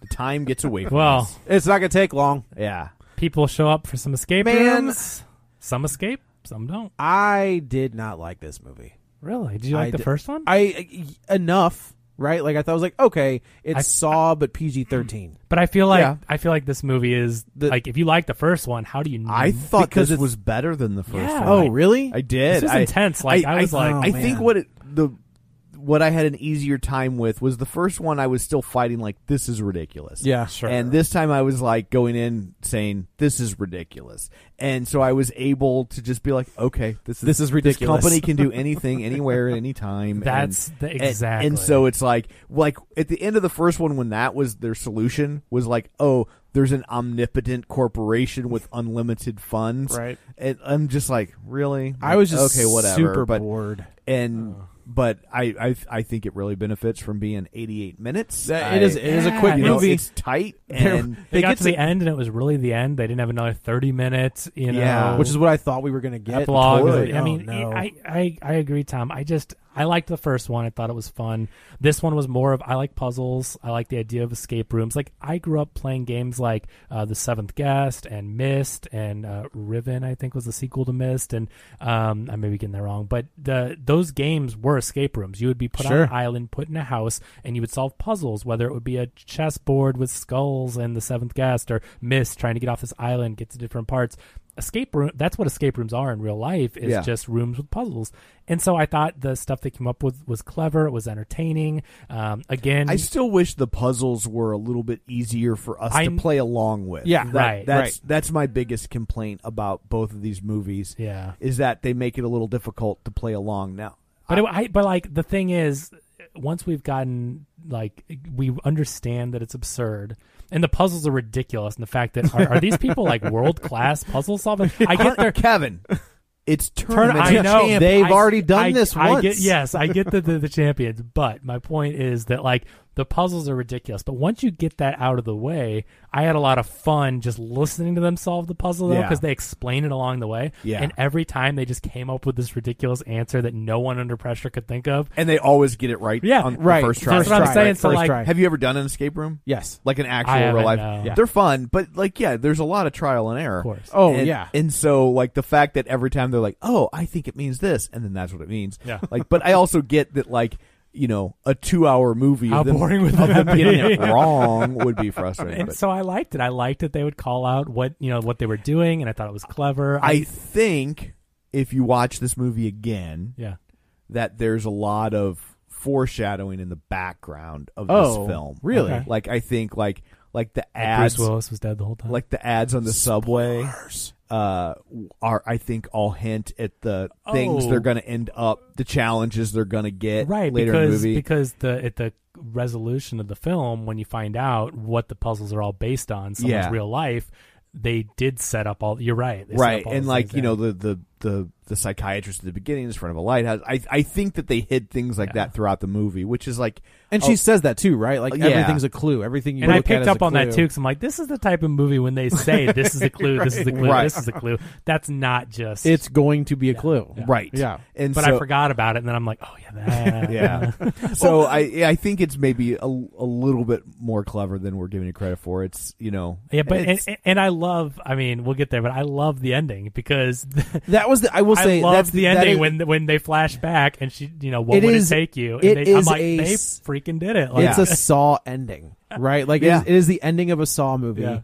the time gets away from
Well,
us.
It's not gonna take long.
Yeah.
people show up for some escape
Man.
rooms. Some escape, some don't.
I did not like this movie.
Really? Did you
I
like the
did-
first one?
I enough right? Like I thought I was like okay, it's
I-
Saw but PG thirteen.
but I feel like
Yeah.
I feel like this movie is
The-
like if you like the first one, how do you?
I thought
Because
this
it's-
was better than the first
Yeah.
one.
Oh
Like-
really?
I did.
This was
I-
<laughs> intense. Like, I was like-
Oh,
I
man.
think what it, the what I had an easier time with was the first one. I was still fighting like this is ridiculous.
Yeah, sure.
And this time I was like going in saying this is ridiculous, and so I was able to just be like, okay, this is
This is ridiculous.
company can do anything, anywhere, at any <laughs> time.
That's
and,
the-
and-
exactly.
And, so it's like like at the end of the first one when that was their solution was like oh. There's an omnipotent corporation with unlimited funds,
Right.
And I'm just like, really?
I was just
okay, whatever.
super
but
bored.
and
Uh.
but I, I I think it really benefits from being 88 minutes.
That- it is-
I-
it is
a quick
you know,
movie.
it's tight
They're-
and
they,
They
got
get
to the
to-
end and it was really the end. They didn't have another thirty minutes, you know,
Yeah.
which is what I thought we were gonna get.
epilogue.
Totally.
I
Oh,
mean,
no.
I, I I agree, Tom. I just I liked the first one. I thought it was fun. This one was more of I like puzzles. I like the idea of escape rooms. Like I grew up playing games like uh, The Seventh Guest and Mist and uh, Riven. I think was the sequel to Mist, and um, I may be getting that wrong, but the those games were escape rooms. You would be put on
Sure.
an island, put in a house, and you would solve puzzles. Whether it would be a chessboard with skulls and The Seventh Guest, or Mist trying to get off this island, get to different parts. Escape room. That's what escape rooms are in real life. Is
Yeah.
just just rooms with puzzles. And so I thought the stuff they came up with was clever. It was entertaining. Um, again,
I still wish the puzzles were a little bit easier for us
I'm-
to play along with.
Yeah,
That-
right,
That's
right.
that's my biggest complaint about both of these movies.
Yeah.
is that they make it a little difficult to play along now.
but it, I, but like the thing is, once we've gotten like we understand that it's absurd. And the puzzles are ridiculous, and the fact that are, are these people
<laughs>
like world class puzzle solving? I get their <laughs>
Kevin. It's
Turn,
tournament.
I know
champ.
They've
I-
already done
I-
this
I
once.
get- yes, I get the, the
<laughs>
the champions, but my point is that like the puzzles are ridiculous. But once you get that out of the way, I had a lot of fun just listening to them solve the puzzle though
Yeah.
because they explain it along the way.
Yeah.
and every time they just came up with this ridiculous answer that no one under pressure could think of.
and they always get it right.
Yeah,
on the
right.
first try.
That's what I'm
try,
saying.
right,
so
first
like,
try.
Have you ever done an escape room?
yes.
like an
I
actual
haven't,
real life.
no.
Yeah.
They're fun, but like yeah, there's a lot of trial and error. Of
course.
Oh,
and,
yeah.
And so like the fact that every time they're like, "Oh, I think it means this," and then that's what it means.
Yeah.
<laughs> Like, but I also get that like you know a two hour movie.
How
of them,
boring <laughs> would
of them
that
getting
be? <laughs>
it wrong would be frustrating.
and
but
so I liked it. I liked that they would call out what you know what they were doing, and I thought it was clever.
I think if you watch this movie again,
yeah.
that there's a lot of foreshadowing in the background of
Oh,
this film.
really?
Okay.
Like I think like like the
Like Bruce
ads.
Willis was dead the whole time.
like the ads on the subway uh are I think all hint at the things
Oh.
they're going to end up the challenges they're going to get
right
later
because
in the movie.
because the at the resolution of the film when you find out what the puzzles are all based on someone's
Yeah.
real life they did set up all you're right they set
right.
up all
And
those
like,
things,
you
yeah.
know, the the the the psychiatrist at the beginning is in front of a lighthouse. I I think that they hid things like that throughout the movie, which is like
And
oh,
she says that too, right? Like
Yeah.
everything's a clue. Everything you
And I
look at
picked
is
up
a
on that
clue.
too because I'm like, this is the type of movie when they say this is a clue, this
<laughs>
is a clue,
Right.
this is a clue. That's not just.
It's going to be a clue,
right,
Yeah.
And
but
so,
I forgot about it, and then I'm like, oh yeah, that.
<laughs> Yeah. <laughs> so I I think it's maybe a, a little bit more clever than we're giving it credit for. It's you know
Yeah, but and,
it's-
and- and I love. I mean, we'll get there, but I love the ending because <laughs>
That was the. I will say
I love
that's
the
that
ending
is-
when when they flash back and she, you know, what
It
would
is-
it take you? And
it
they, I'm
is
like,
a
they
s-
freaking did it. Like,
it's a Saw ending, right? Like
Yeah.
it, is, it is the ending of a Saw movie.
Yeah.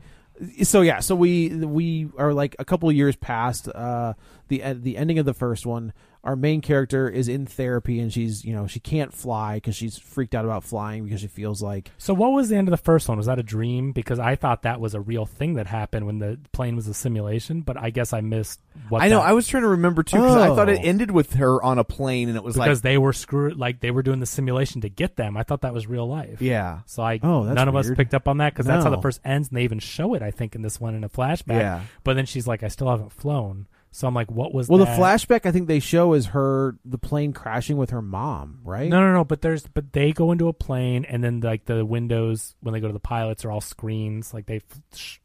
So yeah, so we we are like a couple of years past uh, the e- the ending of the first one. Our main character is in therapy and she's you know she can't fly because she's freaked out about flying because she feels like
So what was the end of the first one? Was that a dream? Because I thought that was a real thing that happened when the plane was a simulation, but I guess I missed what
I know.
that-
I was trying to remember too because I thought it
Oh.
ended with her on a plane, and it was
because
like
they were screwed like they were doing the simulation to get them. I thought that was real life.
yeah,
So I
Oh, that's
none of us
weird.
picked up on that because that's how the
No.
first ends, and they even show it, I think, in this one in a flashback.
Yeah.
But then she's like, "I still haven't flown." So I'm like, "What was?"
well
that?
the flashback I think they show is her the plane crashing with her mom, right?
No, no, no. But there's, but they go into a plane, and then like the windows when they go to the pilots are all screens. Like they, f- sh-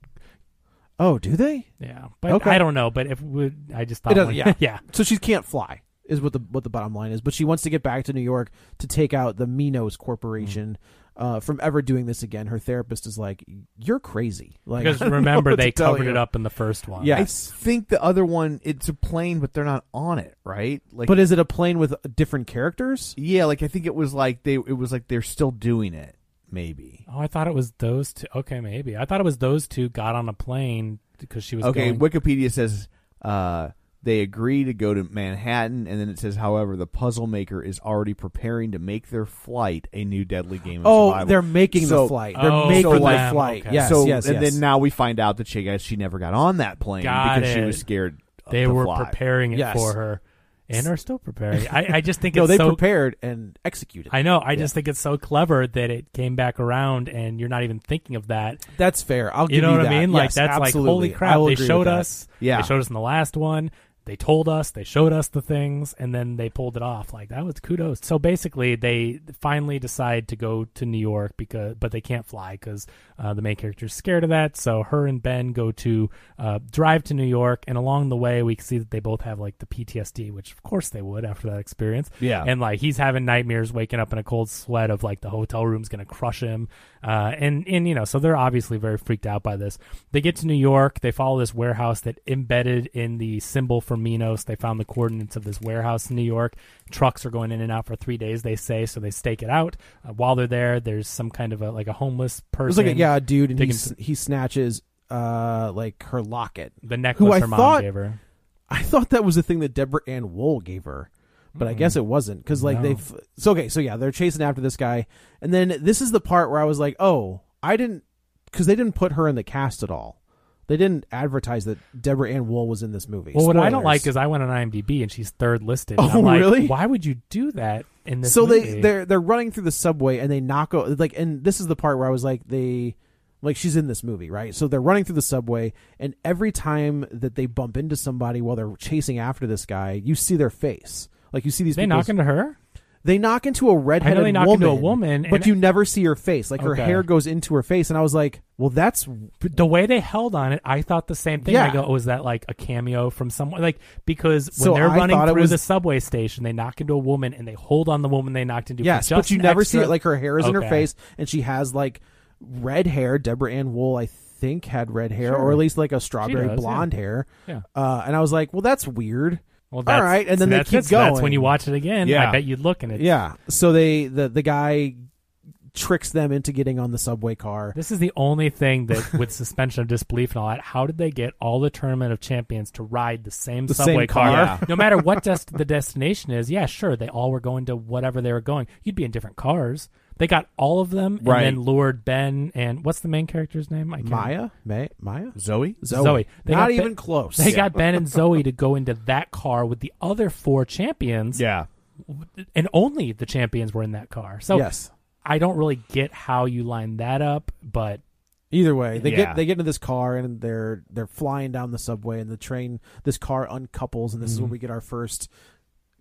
Oh, do they?
yeah. But
Okay.
I don't know. But if we, I just thought,
It doesn't-
like-
yeah.
<laughs> yeah.
So she can't fly is what the what the bottom line is. But she wants to get back to New York to take out the Minos Corporation
Mm-hmm.
uh, from ever doing this again. Her therapist is like, "You're crazy." Like,
Because
I don't know
remember
what to
they
tell
covered
you.
it up in the first one.
Yeah. <laughs>
I
Yes.
think the other one it's a plane, but they're not on it, right? Like,
But is it a plane with different characters?
yeah, like I think it was like they it was like they're still doing it, maybe.
Oh, I thought it was those two. Okay, maybe I thought it was those two got on a plane because she was
Okay,
Going,
Wikipedia says uh, they agree to go to Manhattan, and then it says, however, the puzzle maker is already preparing to make their flight a new deadly game. Of
Oh,
survival.
they're making
So-
the flight. They're
Oh,
making
so
the
like-
flight.
okay.
Yes,
so
yes,
and
yes.
then now we find out that she guys she never got on that plane
Got
because she
it.
was scared.
they
to
were
fly.
preparing it
Yes.
for her, and are still preparing. I, I just think
<laughs> no,
it's
they
so.
prepared and executed.
I know. I just think it's so clever that it came back around, and you're not even thinking of that.
That's fair. I'll give
you know what
that.
I mean? Like
Yes,
that's like holy
absolutely. I
crap!
will
They
agree
showed
with that.
us.
Yeah.
they showed us in the last one. They told us. They showed us the things, and then they pulled it off. Like that was kudos. So basically, they finally decide to go to New York because, but they can't fly because uh, the main character's scared of that. So her and Ben go to uh, drive to New York, and along the way, we can see that they both have like the PTSD, which of course they would after that experience.
Yeah.
and like he's having nightmares, waking up in a cold sweat of like the hotel room's gonna crush him, uh, and and you know, so they're obviously very freaked out by this. They get to New York, they follow this warehouse that embedded in the symbol for Minos. They found the coordinates of this warehouse in New York. Trucks are going in and out for three days, they say, so they stake it out. Uh, while they're there, there's some kind of a like a homeless
It
person.
was like a, yeah, a dude, and he,
Taking-
s- he snatches uh like her locket.
the necklace
I
her mom
thought-
gave her.
I thought that was the thing that Deborah Ann Wool gave her, but I guess it wasn't because like
No.
they've so okay, so yeah, they're chasing after this guy, and then this is the part where I was like, oh, I didn't because they didn't put her in the cast at all. They didn't advertise that Deborah Ann Wool was in this movie.
Well, what I don't like
Spoilers.
is I went on IMDb and she's third listed.
Oh,
And I'm like,
really?
Why would you do that in this?
so
movie?
they they're they're running through the subway and they knock o- like and this is the part where I was like they like she's in this movie right so they're running through the subway and every time that they bump into somebody while they're chasing after this guy you see their face like you see these
they
people's-
knock into her.
they knock into a redheaded
I know they knock
woman,
into a woman,
but
and-
you never see her face. Like her
Okay.
hair goes into her face, and I was like, "Well, that's
But the way they held on it, I thought the same thing.
Yeah.
I go, oh, is that like a cameo from someone? Like because when
So
they're
I
running
thought it
through
was-
the subway station, they knock into a woman and they hold on the woman they knocked into. for
yes,"
just
but you
an
never see
extra-
it. Like her hair is in her
Okay.
face, and she has like red hair. Deborah Ann Wool, I think, had red hair, or at least like a strawberry
does, yeah.
blonde hair.
Yeah.
Uh, and I was like, "Well, that's weird."
Well,
All
that's,
right, and then they
that's,
keep
it. So That's
going.
when you watch it again.
Yeah.
I bet you'd look and it.
Yeah. So they the the guy tricks them into getting on the subway car.
This is the only thing that, <laughs> with suspension of disbelief and all that, how did they get all the tournament of champions to ride the same
The
subway
same car. Yeah.
<laughs> no matter what dest- the destination is, yeah, sure, they all were going to whatever they were going. You'd be in different cars. They got all of them and
Right.
then lured Ben and what's the main character's name? I can't
Maya, May, Maya,
Zoe.
Zoe.
Zoe. They
Not
got
even
Ben-
close.
They got Ben and Zoe to go into that car with the other four champions.
Yeah,
And only the champions were in that car. So
yes.
I don't really get how you line that up, but
Either way, they
Yeah.
get they get into this car and they're they're flying down the subway and the train. This car uncouples and this is where we get our first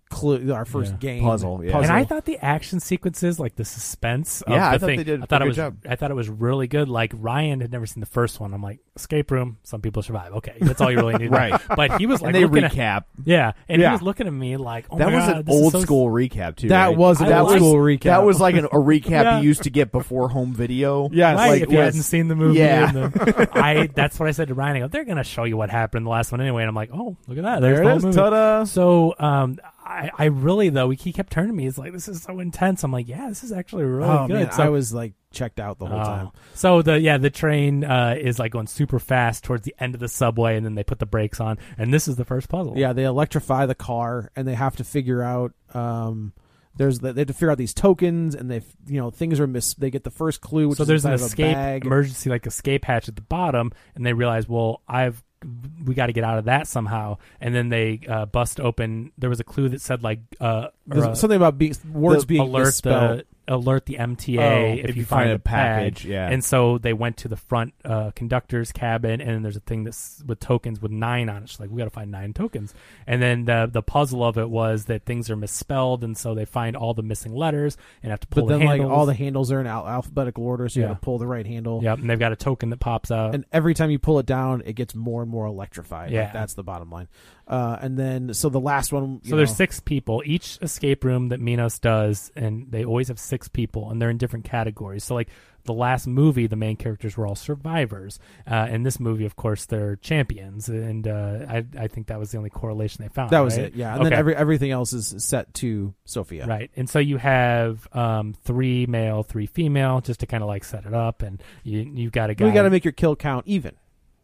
clue, our first
Mm-hmm. Yeah.
game
Puzzle, yeah.
And I thought the action sequences, like the suspense, of
Yeah,
the
I thought
thing,
they did
I thought
a
it
good
was,
job.
I thought it was really good. Like Ryan had never seen the first one. I'm like, escape room. Some people survive. Okay, that's all you really need. to know.
Right.
<laughs> but he was like,
and they
looking at-
recap.
yeah, and
Yeah.
he was looking at me like, oh
that
my
was
God,
an
this is
old
so-
school recap too.
That
right?
was an
That
old
was-
school recap.
That
<laughs>
was like an, a recap
Yeah.
you used to get before home video.
Yes.
Right,
like
if you
with-
hadn't seen the movie,
Yeah.
and
<laughs>
the- I that's what I said to Ryan. I go, they're gonna show you what happened in the last one anyway, and I'm like, oh, look at that, there's
There
the
it
whole
is.
movie.
Ta-da.
So, um, I, I really though he kept turning to me. He's like, this is so intense. I'm like, yeah, this is actually really
oh
good.
man,
so
I was like checked out the whole
Oh.
time.
So the yeah the train uh, is like going super fast towards the end of the subway, and then they put the brakes on, and this is the first puzzle.
Yeah, they electrify the car and they have to figure out. Um, there's they have to figure out these tokens and they you know things are mis. They get the first clue, which
so
is
there's an
inside of a
escape
bag.
emergency like escape hatch at the bottom, and they realize, well, I've we got to get out of that somehow, and then they uh, bust open. There was a clue that said like uh, or
There's
a-
something about be- words
the-
being
alert uh,
misspelled.
the alert the MTA
Oh,
if, you find, a package.
yeah.
And so they went to the front uh, conductor's cabin, and there's a thing that's with tokens with nine on it. She's like, we got to find nine tokens. And then the the puzzle of it was that things are misspelled, and so they find all the missing letters and have to pull
but then
the
like
handles.
all the handles are in al- alphabetical order, so you
Yeah.
have to pull the right handle.
yep, and they've got a token that pops out.
and every time you pull it down, it gets more and more electrified. Like,
Yeah.
that's the bottom line. Uh, and then so the last one. you
So there's
know-
six people. Each escape room that Minos does, and they always have six people, and they're in different categories. So like the last movie, the main characters were all survivors. Uh, in this movie, of course, they're champions, and uh, I I think that was the only correlation they found.
That was
right?
it. Yeah, and
Okay.
then every everything else is set to Sophia.
Right, and so you have um, three male, three female, just to kind of like set it up, and you you've got a guy.
We got to make your kill count even.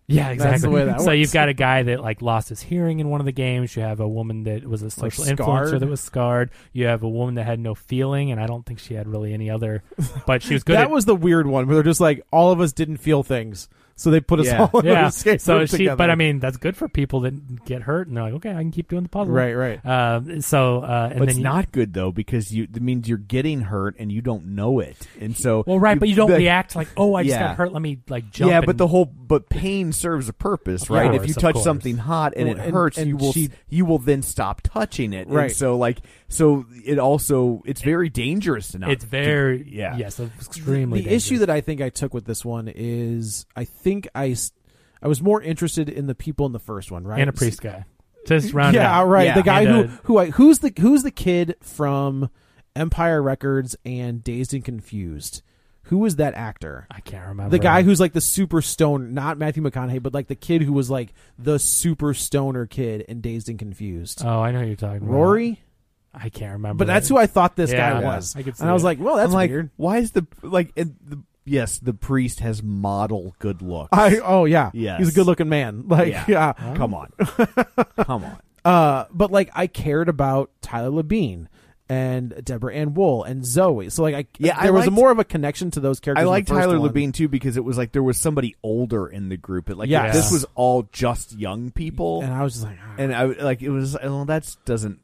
yeah,
that's
exactly.
the way that
so
works.
you've got a guy that like lost his hearing in one of the games. You have a woman that was a social influencer
scarred?
that was scarred. You have a woman that had no feeling, and I don't think she had really
<laughs>
any other. But she was good.
that
at, <laughs>
was the weird one where they're just like all of us didn't feel things, so they put us
Yeah.
all in an
yeah.
escape
So
room
she,
together.
but I mean, that's good for people that get hurt, and they're like, okay, I can keep doing the puzzle.
right, right.
Uh, so uh, and
but
then
it's
you-
not good though because you it means you're getting hurt and you don't know it, and so
Well, right, but you don't
the-
react like, oh, I just
Yeah.
got hurt. Let me like jump.
Yeah, but
and-
the whole but pain serves a purpose,
Of
right? if
course,
you
of
touch
course.
something hot and it
Well, and-
hurts,
and
you will
she-
you will then stop touching it. And
Right.
so like so it also it's very dangerous to not.
it's very
to- yeah.
yes, extremely.
the issue that I think I took with this one is I think I, s- I was more interested in the people in the first one, right?
and a priest guy
<laughs>
just round it
yeah,
out.
right.
Yeah.
The guy
And,
who
uh,
who I who's the who's the kid from Empire Records and Dazed and Confused. Who was that actor?
I can't remember
The guy who's like the super stoner, not Matthew McConaughey, but like the kid who was like the super stoner kid in Dazed and Confused.
Oh, I know who you're talking about
Rory,
I can't remember.
but that's who I thought this
Yeah.
guy
Yeah.
was,
I could see
and I was
it.
like, "Well, that's
I'm like,
weird."
Why is the like it, the yes the priest has model good looks?
I oh yeah,
Yes.
he's a good-looking man. <laughs> Like
Yeah.
yeah, <laughs>
Come on, come on.
Uh, but like I cared about Tyler Labine and Deborah Ann Wool and Zoe. So like I
Yeah, I
there was a
liked-
more of a connection to those characters.
I
in the
like
first
Tyler
one.
Labine too because it was like there was somebody older in the group. It, like
Yes.
this was all just young people,
and I was just like, ah.
and I like it was. Well, that doesn't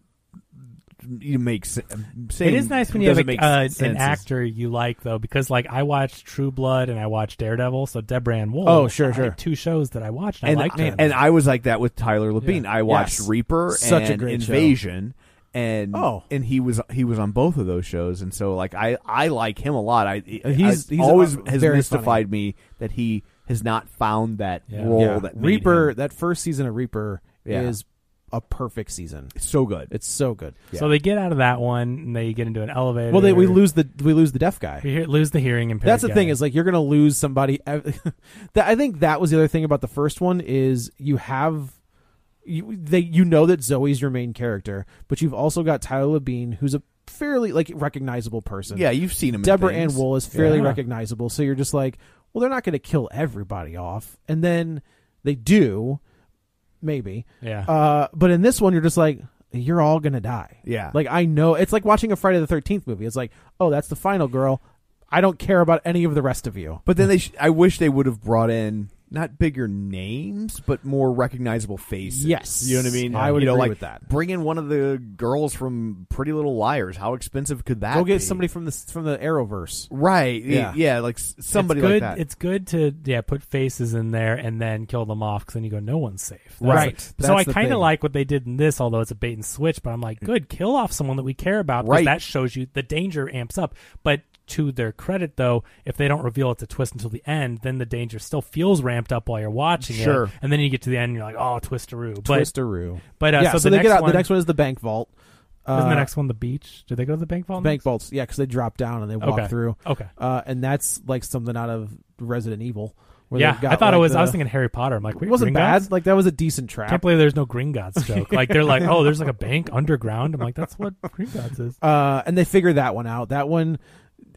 you make um, sense.
It is nice when you have a, uh, an actor you like, though, because like I watched True Blood and I watched Daredevil, so Deborah Ann Wool.
Oh, sure,
I
sure.
had Two shows that I watched. And
And,
I liked her.
and I was like that with Tyler Labine. I watched
Yes.
Reaper
Such a
and
great show.
Invasion. And
Oh.
and he was he was on both of those shows, and so like I I like him a lot. I I-
He's- he's,
always
uh,
has
very
mystified me that he has not found that
Yeah.
role
yeah,
that made
Reaper.
him
That first season of Reaper
Yeah.
is a perfect season.
so good.
It's so good.
So they get out of that one and they get into an elevator.
Well, they, we lose the we lose the deaf guy.
we hear, lose the hearing impaired.
That's the
guy.
thing is like you're gonna lose somebody. <laughs> that I think that was the other thing about the first one is you have you they you know that Zoe's your main character, but you've also got Tyler Labine, who's a fairly like recognizable person.
yeah, you've seen him. in
Deborah Ann
things.
Wool is fairly
Yeah.
recognizable, so you're just like, well, they're not gonna kill everybody off, and then they do, maybe.
yeah.
Uh, but in this one, you're just like. You're all gonna die.
Yeah.
like I know it's like watching a Friday the Thirteenth movie. It's like, oh, that's the final girl. I don't care about any of the rest of you.
But then they, sh- I wish they would have brought in not bigger names, but more recognizable faces.
Yes.
you know what I mean.
I would
you know,
agree
like,
with that.
Bring in one of the girls from Pretty Little Liars. How expensive could that?
Go get
be?
somebody from the from the Arrowverse.
Right. Yeah.
Yeah.
Yeah. Like s- somebody
it's good,
like that.
It's good to yeah put faces in there and then kill them off because then you go no one's safe. That's
Right.
the-
That's
so I
the
kind
thing.
of like what they did in this, although it's a bait and switch. But I'm like, good, kill off someone that we care about because
Right.
that shows you the danger amps up. But to their credit, though, if they don't reveal it's a twist until the end, then the danger still feels ramped up while you're watching
Sure.
it. And then you get to the end, and you're like, oh, twistaroo. But
Twisteroo.
but, uh,
yeah,
so
so,
the
they
next
get out.
one-
the next one is the bank vault. Uh,
isn't the next one the beach? Did they go to the bank vault?
bank vaults? Yeah, because they drop down and they walk
Okay.
through.
Okay.
uh, and that's like something out of Resident Evil. Where
Yeah,
they've got,
I thought it
like,
was.
The,
I was thinking Harry Potter. I'm like,
it
wait,
wasn't
Gringotts?
bad. Like that was a decent trap.
Can't believe there's no Green <laughs> Gods joke. Like they're like, oh, there's like a bank underground. I'm like, that's what Green Gods is.
uh, and they figure that one out. That one,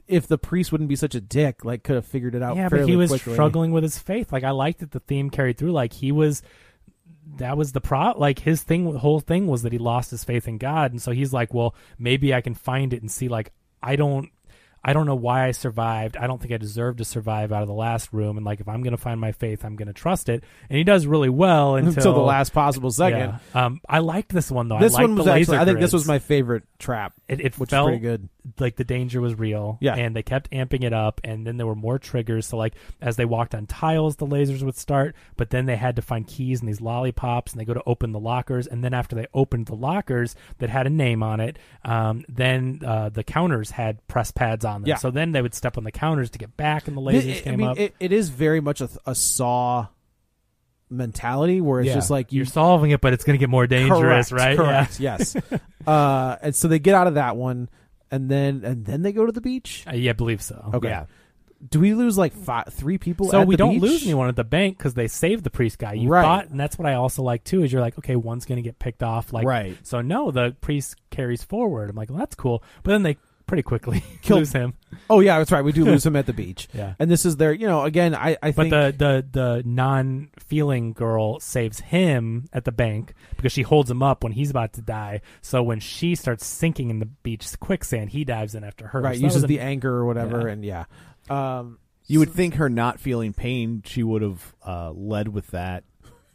if the priest wouldn't be such a dick, like could have figured it <laughs> out.
yeah, but
fairly
he was
quickly.
struggling with his faith. Like I liked that the theme carried through. Like he was, that was the pro. Like his thing, the whole thing was that he lost his faith in God, and so he's like, well, maybe I can find it and see. Like I don't. I don't know why I survived. I don't think I deserve to survive out of the last room. And like, if I'm going to find my faith, I'm going to trust it. And he does really well until,
<laughs> <laughs> until, the last possible second.
Yeah. Um, I liked this one though.
This
I liked
one was
the laser
actually. I think this
grids.
was my favorite trap.
It, it
which is
felt
pretty good.
like the danger was real.
Yeah.
And they kept amping it up, and then there were more triggers. So, like, as they walked on tiles, the lasers would start, but then they had to find keys and these lollipops, and they go to open the lockers. And then, after they opened the lockers that had a name on it, um, then uh, the counters had press pads on them.
Yeah.
So then they would step on the counters to get back, and the lasers
It- it-
came
I mean,
up.
It, it is very much a, th- a saw mentality where it's
Yeah.
just like you
You're solving it, but it's going to get more dangerous,
correct,
right?
Correct.
<laughs>
Yes. uh, and so they get out of that one, and then and then they go to the beach.
Yeah. Uh, yeah, I believe so.
Okay.
Yeah.
Do we lose like five, three people?
So
at
we
the
don't
beach?
lose anyone at the bank because they saved the priest guy. You
Right.
thought, and that's what I also like too. Is you're like, okay, one's going to get picked off, like
Right.
So no, the priest carries forward. I'm like, well, that's cool. But then they pretty quickly <laughs>
Kill-
lose him.
Oh yeah, that's right. We do
<laughs>
lose him at the beach.
Yeah.
And this is their, you know, again, I, I
But
think
the the the non feeling girl saves him at the bank because she holds him up when he's about to die. So when she starts sinking in the beach quicksand, he dives in after her.
right
So that
uses
was a-
the anger or whatever,
Yeah.
and yeah. Um,
You would think her not feeling pain, she would have uh, led with that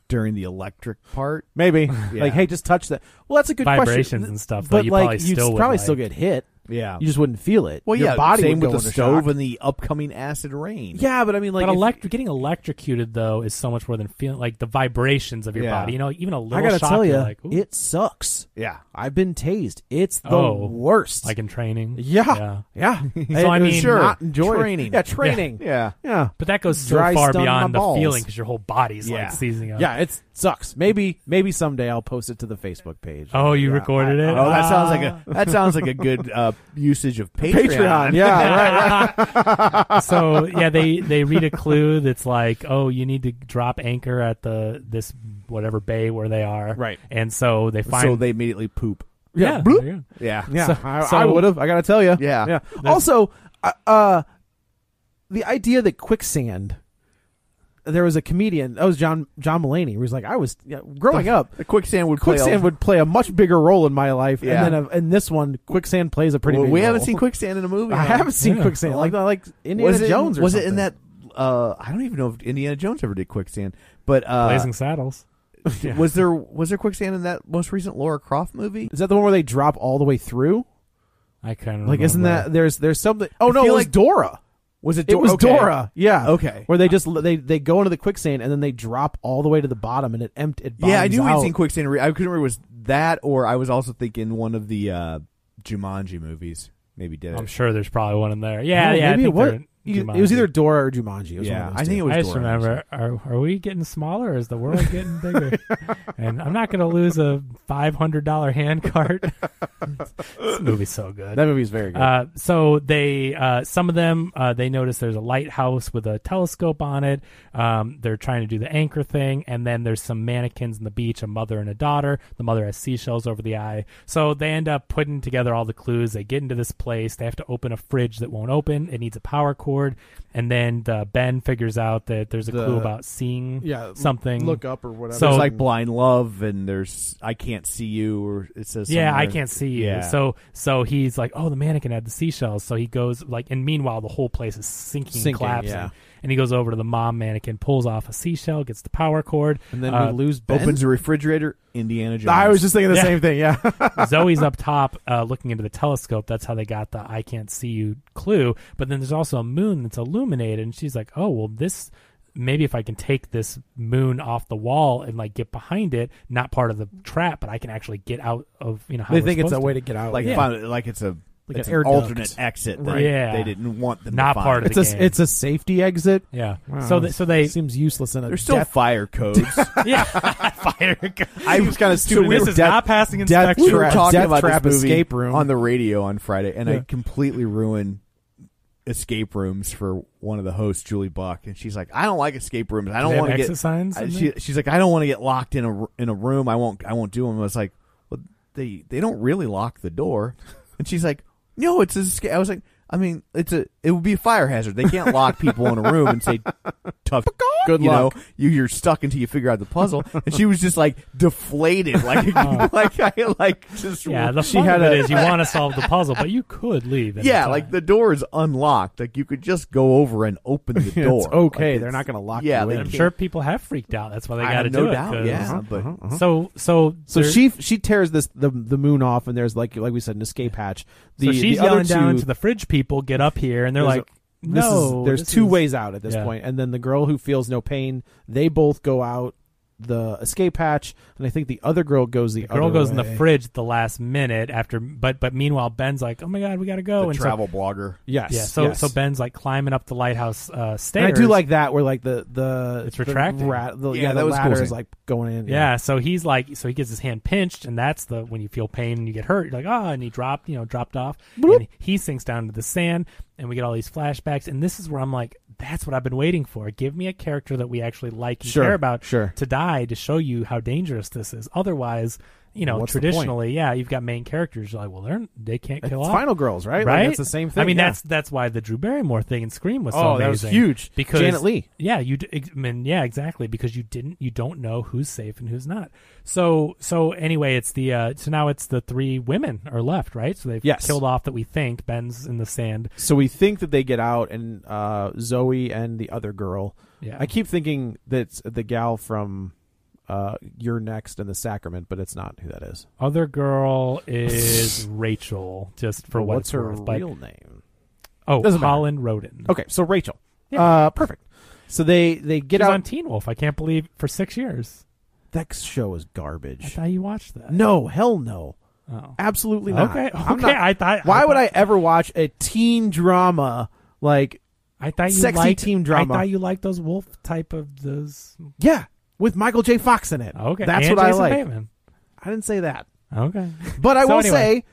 during the electric part.
maybe
Yeah.
<laughs> like, hey, just touch that. Well, that's a good question.
Vibrations and stuff that
But
you
like,
probably
you'd
still would
probably still
like.
get hit.
Yeah.
You just wouldn't feel it.
well,
Your
yeah.
Body
same
would
with
go
the
under
stove
shock.
and the upcoming acid rain.
yeah, but I mean, like,
but
if-
elect- getting electrocuted though is so much more than feeling like the vibrations of your
Yeah.
body. You know, even a little.
I gotta
shock,
tell
you're
you,
like, "Ooh."
it sucks.
Yeah.
I've been tased. It's the
Oh.
worst.
like in training.
yeah,
<laughs>
yeah.
So, I
It was
mean-
Sure.
not enjoy
Training.
Yeah, training.
Yeah.
yeah.
But that goes so
Dry
far
stun
beyond
my
the
balls.
feeling because your whole body's
Yeah.
like seizing up.
Yeah, it sucks. Maybe maybe someday I'll post it to the Facebook page.
Oh, you
Yeah,
recorded
I-
it?
Oh, that
<laughs>
sounds like
Ah.
a that sounds like a good uh, usage of Patreon.
Patreon. Yeah, right.
<laughs> so yeah, they they read a clue that's like, oh, you need to drop anchor at the this whatever bay where they are.
Right.
And so they find.
So they immediately poop.
yeah.
bloop.
there you go.
Yeah.
Yeah,
So-
I,
so-
I would have. I gotta tell you.
Yeah.
yeah. Also, uh, uh, the idea that quicksand. There was a comedian. That was John John Mulaney. Who was like, I was yeah, growing up.
The quicksand would play
Quicksand
a-
would play a much bigger role in my life,
Yeah.
and then uh, in this one, quicksand plays a pretty.
Well,
big
we haven't
role.
seen quicksand in a movie.
I
though.
haven't seen
Yeah.
quicksand like like Indiana
was it, in-
Jones. Or
was it in
something.
that? Uh, I don't even know if Indiana Jones ever did quicksand, but uh,
Blazing Saddles.
was there was there quicksand in that most recent Laura Croft movie?
Is that the one where they drop all the way through?
I kind of
Like, isn't that there's there's something? Oh no,
feel
it was
like-
Dora.
Was it?
It was
okay.
Dora. Yeah.
Okay.
Where they just they they go into the quicksand and then they drop all the way to the bottom and it empty. It
Yeah, I
bottoms
knew we'd
out.
seen quicksand. Re- I couldn't remember if it was that or I was also thinking one of the uh, Jumanji movies. Maybe did.
I'm
it.
sure there's probably one in there.
Oh,
Yeah, yeah. I
maybe it
think
was.
they're in
It was
Jumanji.
either Dora or Jumanji. It was
Yeah,
one of
I
those
think it
two.
was.
I just
Dora,
remember, are, are we getting smaller? Or is the world getting
<laughs>
bigger? and I'm not going to lose a $500 hand
<laughs>
cart. this movie's so good.
that movie's very good.
Uh, so they, uh, some of them, uh, they notice there's a lighthouse with a telescope on it. Um, they're trying to do the anchor thing, and then there's some mannequins in the beach, a mother and a daughter. The mother has seashells over the eye. So they end up putting together all the clues. They get into this place. They have to open a fridge that won't open. It needs a power cord, and then the, Ben figures out that there's a
The-
clue about seeing
yeah,
something.
Look up or whatever.
So-
There's like blind love, and there's I can't see you, or it says
Yeah, I
somewhere-
can't see you.
Yeah.
So so he's like, oh, the mannequin had the seashells. So he goes like, and meanwhile, the whole place is sinking,
Sinking,
collapsing.
yeah.
and he goes over to the mom mannequin, pulls off a seashell, gets the power cord,
And then
uh,
we lose Ben.
Opens a refrigerator. Indiana Jones.
I was just thinking the
Yeah.
same thing.
<laughs>
Yeah.
<laughs> Zoe's up top uh, looking into the telescope. That's how they got the I can't see you clue. But then there's also a moon that's illuminated, and she's like, oh, well, this. Maybe if I can take this moon off the wall and like get behind it, not part of the trap, but I can actually get out of you know. How
they
we're
think it's a
supposed
way to get out.
like
Yeah.
find- like it's a
Like
it's
an air duct.
alternate exit. That
Right. Yeah.
they didn't want them.
Not
to find.
part of
it's a
game.
it's a safety exit.
Yeah.
Wow.
So th- so they
Um, seems useless in a
There's still
death
fire codes.
<laughs>
<laughs>
yeah <laughs> fire.
I was kind of
So
stupid.
this is
Death-
not passing
death
inspection.
we were
trap-
talking
death
about
trap
this movie
escape room.
on the radio on Friday, and I
Yeah.
completely ruined escape rooms for one of the hosts, Julie Buck, and she's like, "I don't like escape rooms. I
They
don't
have
want to
exit
get."
signs
uh,
I-
in
she, she's like, "I don't want to get locked in a r- in a room. I won't. I won't do them." I was like, "Well, they they don't really lock
<laughs>
the door," and she's like, "No, it's a." esca-" I was like. I mean, it's a it would be a fire hazard. They can't lock people in a room and
<laughs>
say tough.
Good
you
luck.
know, you you're stuck until you figure out the puzzle. And she was just like deflated, <laughs> like like I like just
Oh. yeah, the
she
fun
had
of
a
<laughs>
it is you want to solve the puzzle, but you could leave. at any
yeah,
time.
like the door is unlocked. Like you could just go over and open the door.
It's okay.
Like,
They're not going to lock
yeah,
you
they
in.
I'm
can't-
sure people have freaked out. That's why they
I
got to
have no
do it.
doubt,
'cause-
yeah. but-
So so
Uh-huh. So
there-
she she tears this the the moon off, and there's like like we said an escape hatch. The,
so she's
the other
yelling down
two-
to the fridge people, get up here, and they're
There's
like,
a- this is-
no.
there's
this
two
is-
ways out at this
Yeah.
point. and then the girl who feels no pain, they both go out the escape hatch, and I think the other girl goes the,
Girl
other
goes in
way.
the fridge at the last minute after, but but meanwhile Ben's like, oh my god, we got to go
The
and so-
travel blogger.
Yes,
yeah, so
yes.
so Ben's like climbing up the lighthouse uh,
And
stairs.
I do like that where like the the
It's
the
retracting.
rat- the-
Yeah,
yeah,
that
the
was a cool
ladder is
scene.
like going in.
Yeah, so he's like, so he gets his hand pinched, and that's the when you feel pain and you get hurt. You're like, ah, and he dropped, you know, dropped off, and he sinks down to the sand, and we get all these flashbacks. And this is where I'm like, that's what I've been waiting for. Give me a character that we actually like and
Sure,
care about
sure.
to die to show you how dangerous this is. Otherwise, you know,
What's the point?
traditionally, yeah, you've got main characters. You're like, well, they're they can't
It's
kill off.
Final Girls, right?
Right,
Like, it's the same thing.
I mean,
yeah.
that's that's why the Drew Barrymore thing in Scream was so
Oh,
amazing.
that was huge.
because
Janet Leigh.
Yeah, you. d- ex- I mean, yeah, exactly. Because you didn't, you don't know who's safe and who's not. So, so anyway, it's the uh, so now it's the three women are left, right? So they've
Yes.
killed off that we think Ben's in the sand.
So we think that they get out, and uh, Zoe and the other girl.
Yeah.
I keep thinking that's the gal from uh, You're Next and the Sacrament, but it's not who that is.
Other girl is <laughs> Rachel, just for what
What's
it's
her
worth. but-
real name?
oh,
Doesn't matter.
Colin Roden.
Okay, so Rachel.
Yeah.
Uh, perfect. So they they get
She's
out.
on Teen Wolf. I can't believe for six years.
that show is
I
garbage.
thought you watched that.
No, hell no.
Oh.
Absolutely not.
Okay,
I'm
okay,
not-
I thought-
Why
I
would
thought-
I ever watch a teen drama like
I thought you
Sexy
liked
teen drama.
I thought you liked those wolf type of those.
yeah with Michael J. Fox in it?
Okay,
that's
and
what
Jason
I like.
Bateman.
I didn't say that.
Okay.
But I
So
will
anyway.
say,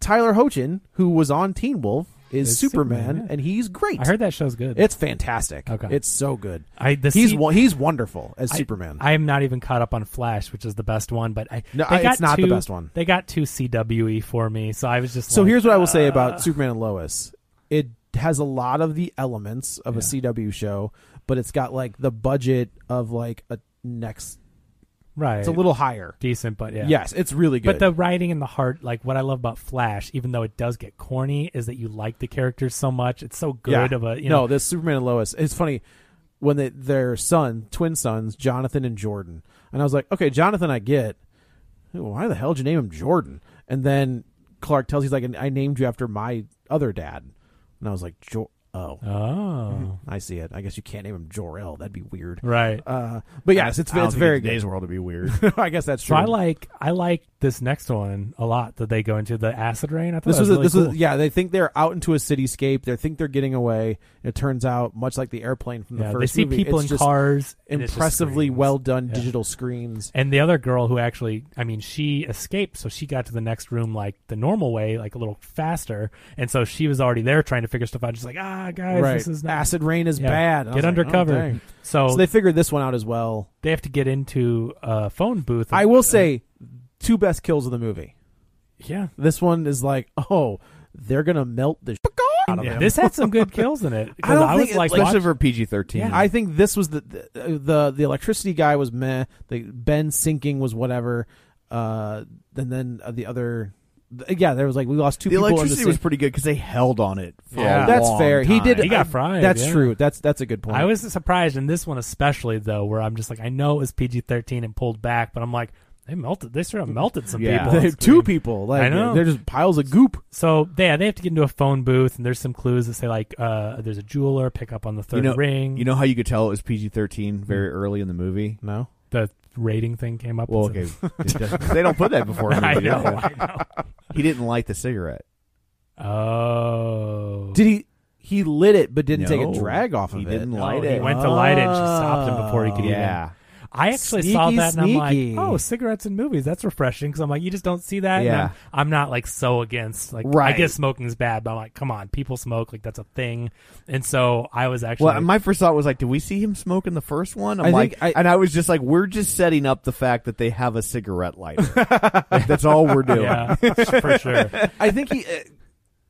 Tyler Hoechlin, who was on Teen Wolf, is
Is
Superman,
Superman, yeah.
and he's great.
I heard that show's good.
it's fantastic.
Okay.
it's so good.
I the
he's
se-
wo- he's wonderful as
I-
Superman.
I am not even caught up on Flash, which is the best one, but I
No,
they
I-
got
it's not the
too-
best one.
They got too CWE for me, so I was just
so
like,
here's what I will say
uh,
about Superman and Lois. It has a lot of the elements of a CW show, but it's got like the budget of like a next.
right.
It's a little higher.
decent, but yeah.
Yes, it's really good.
But the writing and the heart, like what I love about Flash, even though it does get corny, is that you like the characters so much. It's so good
yeah.
of a you
no,
know.
this Superman and Lois. It's funny when they, their son, twin sons, Jonathan and Jordan, and I was like, okay, Jonathan, I get. Why the hell did you name him Jordan? And then Clark tells he's like, I named you after my other dad, and I was like, jo- oh,
oh,
I see it. I guess you can't name him Jor El. That'd be weird.
right.
Uh, but yes, it's
I don't
it's
think
very
in
good.
today's world to be weird.
<laughs> I guess that's
so
true.
I like I like this next one a lot that they go into the acid rain. I thought
This was,
that was,
a,
really
this
cool.
was yeah. They think they're out into a cityscape. They think they're getting away. It turns out, much like the airplane from the
Yeah,
first
they see
movie,
people
it's
in
just
cars and it's just
impressively
screens.
well done
Yeah.
digital screens.
And the other girl who actually, I mean, she escaped, so she got to the next room like the normal way, like a little faster. And so she was already there trying to figure stuff out. Just like, ah, guys, this is not
acid rain is
Yeah.
bad. And I
Get
was like, oh,
undercover.
dang.
so
so
they,
they figured this one out as well.
have to get into a phone booth.
I will say, two best kills of the movie.
yeah.
This one is like, <laughs> oh, they're gonna melt the shit out of him.
This had some good kills in it. 'Cause
<laughs> I don't
was
think it-
like,
Especially
watch-
for PG thirteen.
I think this was the the the, the electricity guy was meh. The Ben sinking was whatever. Uh, and then uh, the other th- yeah, there was like we lost two
The
people. in the
electricity
same-
was pretty good because they held on it. For
Yeah.
a
That's
long
fair. He did.
time.
He got fried,
That's
yeah.
true. That's that's a good point.
I was surprised in this one especially though, where I'm just like, I know it was PG-13 and pulled back, but I'm like, they melted. They sort of melted some
Yeah. <laughs>
people. on
They-
screen.
<laughs> two people. Like
I know.
they're just piles of goop.
So yeah, they have to get into a phone booth, and there's some clues that say like, uh, there's a jeweler, pick up on the third
you know,
ring. Hmm.
You know how you could tell it was PG thirteen very early in the movie.
No,
the rating thing came up.
Well,
It's a-
okay, it doesn't- <laughs> they don't put that before.
<laughs>
a
I
movie,
know.
<laughs> yeah.
I
He didn't light the cigarette.
know. Oh,
did he? He lit it, but didn't take
No.
a drag off of
He
it. Ah.
didn't
No,
light
he
it.
went to light it and she stopped him before he could
yeah,
even. I actually saw
Sneaky,
that
sneaky.
and I'm like, oh, cigarettes in movies. That's refreshing because I'm like, you just don't see that. and
Yeah.
I'm, I'm not like so against like
Right.
I guess smoking's bad, but I'm like, come on, people smoke like that's a thing. And so I was actually
Well, my first thought was like, did we see him smoking the first one? I'm
I
like,
think I-
and I was just like, we're just setting up the fact that they have a cigarette lighter. That's all we're doing. Yeah. <laughs>
yeah, <laughs> for sure.
I think he uh,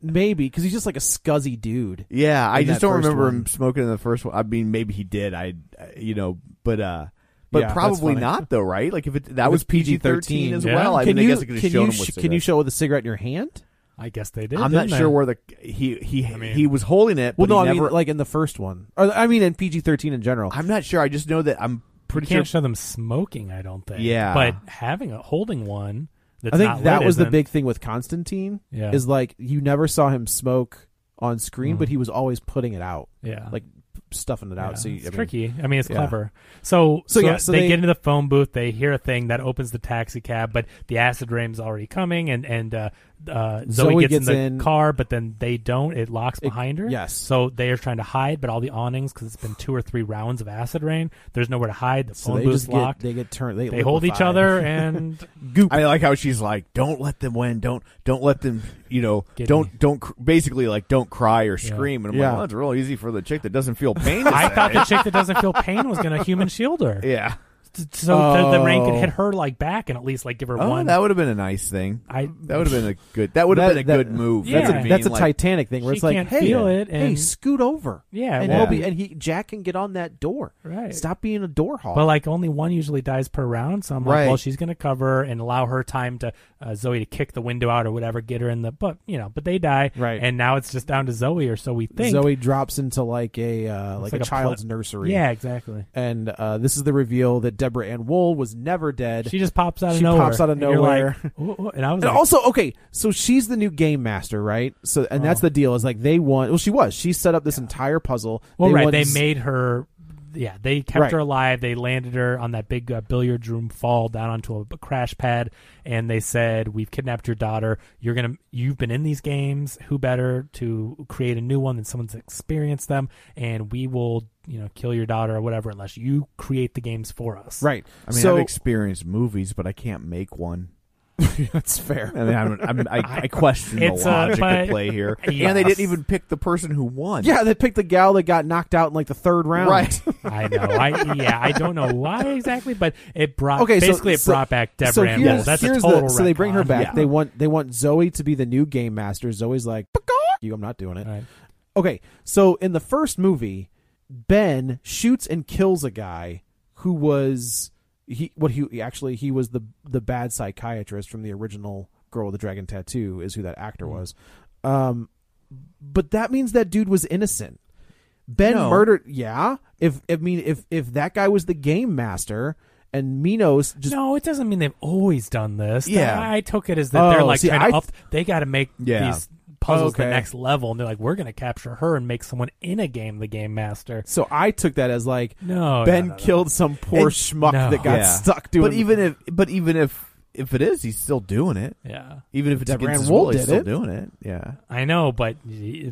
maybe because he's just like a scuzzy dude.
I
In
just
that
don't
first
remember him
one.
smoking in the first one. I mean, maybe he did. I, uh, you know, but uh, but
Yeah, that's
probably
funny.
not though, right? Like if it that
If
was
it's
PG thirteen
PG-13,
as
yeah.
well. I
can
mean,
you
I guess it could have
can
shown
you
him
sh-
with
can you
cigarettes.
show with a cigarette in your hand?
I guess they did.
I'm
didn't
not sure
they?
where the he he
I mean-
he was holding it.
Well,
but
no,
he
I
never,
mean like in the first one, or I mean in PG thirteen in general.
I'm not sure. I just know that I'm
You
pretty sure
can't show them smoking, I don't think.
Yeah.
but having a holding one. That's
I
not
think that
lit
was the
isn't-
big thing with Constantine.
Yeah. Mm-hmm.
Is like you never saw him smoke on screen, but he was always putting it out,
yeah.
like stuffing it out.
Yeah,
so you,
it's
I mean-
tricky. I mean, it's
yeah.
clever. So,
So,
so,
yeah, so
they,
they-
get into the phone booth. They hear a thing that opens the taxi cab, but the acid rain's already coming, and and uh, uh, Zoe,
Zoe
gets,
gets
in the
in.
car, but then they don't. It locks behind her.
yes.
So they are trying to hide, but all the awnings, because it's been two or three rounds of acid rain, there's nowhere to hide. The
So
phone
they
booth's
just
locked.
get they get turned. They,
they hold each
liquefy.
other, and
<laughs> goop.
I like how she's like, "Don't let them win. Don't don't let them. You know,
Get
don't
me.
don't cr- basically like don't cry or scream." And I'm
Yeah.
like, "Well, it's real easy for the chick that doesn't feel pain." to
I
say."
thought the chick that doesn't feel pain was going to human shield her,
yeah.
so the, the rain could
Oh.
hit her like back and at least like give her
Oh,
one.
that would have been a nice thing.
I
That would have been a good. That would have
That-
been a
that-
good move.
Yeah.
That's
I
a
mean,
that's a
like,
Titanic thing where
She
it's like,
can't
hey,
feel it,
hey,
and-
scoot over.
Yeah,
and
well-
he'll be and he Jack can get on that door.
Right.
Stop being a door hog.
But like only one usually dies per round, so I'm
Right.
like, well, she's gonna cover and allow her time to uh, Zoe to kick the window out or whatever, get her in the but you know, but they die,
Right.
And now it's just down to Zoe, or so we think.
Zoe drops into like a uh, like,
like
a
a
child's
pla-
nursery. <laughs>
yeah, exactly.
and uh, this is the reveal that Deborah Ann Wool was never dead.
She just pops out of
She
nowhere.
pops out of
and you're <laughs>
nowhere.
like, "Ooh, ooh," and I was
and
like,
also, okay, so she's the new game master, right? So, and that's the deal is like they want. Well, she was. She set up this entire puzzle.
well, right,
want
they
s-
made her. Yeah, they kept
Right.
her alive. They landed her on that big uh, billiard room fall down onto a, a crash pad, and they said, "We've kidnapped your daughter. You're gonna, you've been in these games. Who better to create a new one than someone's experienced them? And we will, you know, kill your daughter or whatever, unless you create the games for us."
right.
I mean,
so
<laughs>
I've experienced movies, but I can't make one.
that's fair.
I mean, I'm, I'm, I, <laughs> I question the
It's, uh,
logic
but-
of
<laughs>
play here,
Yes.
and they didn't even pick the person who won.
Yeah, they picked the gal that got knocked out in like the third round.
right.
<laughs> I know. I yeah. I don't know why exactly, but it brought.
Okay, so-
basically
so-
it brought back Deborah.
so
Ann
here's,
Woll. That's a
here's
total.
the, so they bring her
retcon.
back.
Yeah.
They want they want Zoe to be the new game master. Zoe's like, "Pecaw." you, I'm not doing it.
All right.
Okay, so in the first movie, Ben shoots and kills a guy who was he what he actually he was the the bad psychiatrist from the original Girl with the Dragon Tattoo is who that actor
Mm-hmm.
was. Um but that means that dude was innocent. Ben
No.
murdered yeah. If I mean if if that guy was the game master and Minos just
no, it doesn't mean they've always done this.
Yeah.
I took it as that they're
Oh,
like
see,
trying to
I-
up. They got to make
Yeah.
these puzzles
Okay.
the next level, and they're like, we're going to capture her and make someone in a game the game master.
So I took that as like
No,
Oh,
no,
Ben
no, no.
killed some poor
And-
schmuck
No.
that got
Yeah.
stuck doing.
But even if, but even if, if it is, he's still doing it.
Yeah,
Even if it's
Deborah Ann
against his
Woll
will, he's
did
still
it.
doing it. Yeah.
I know, but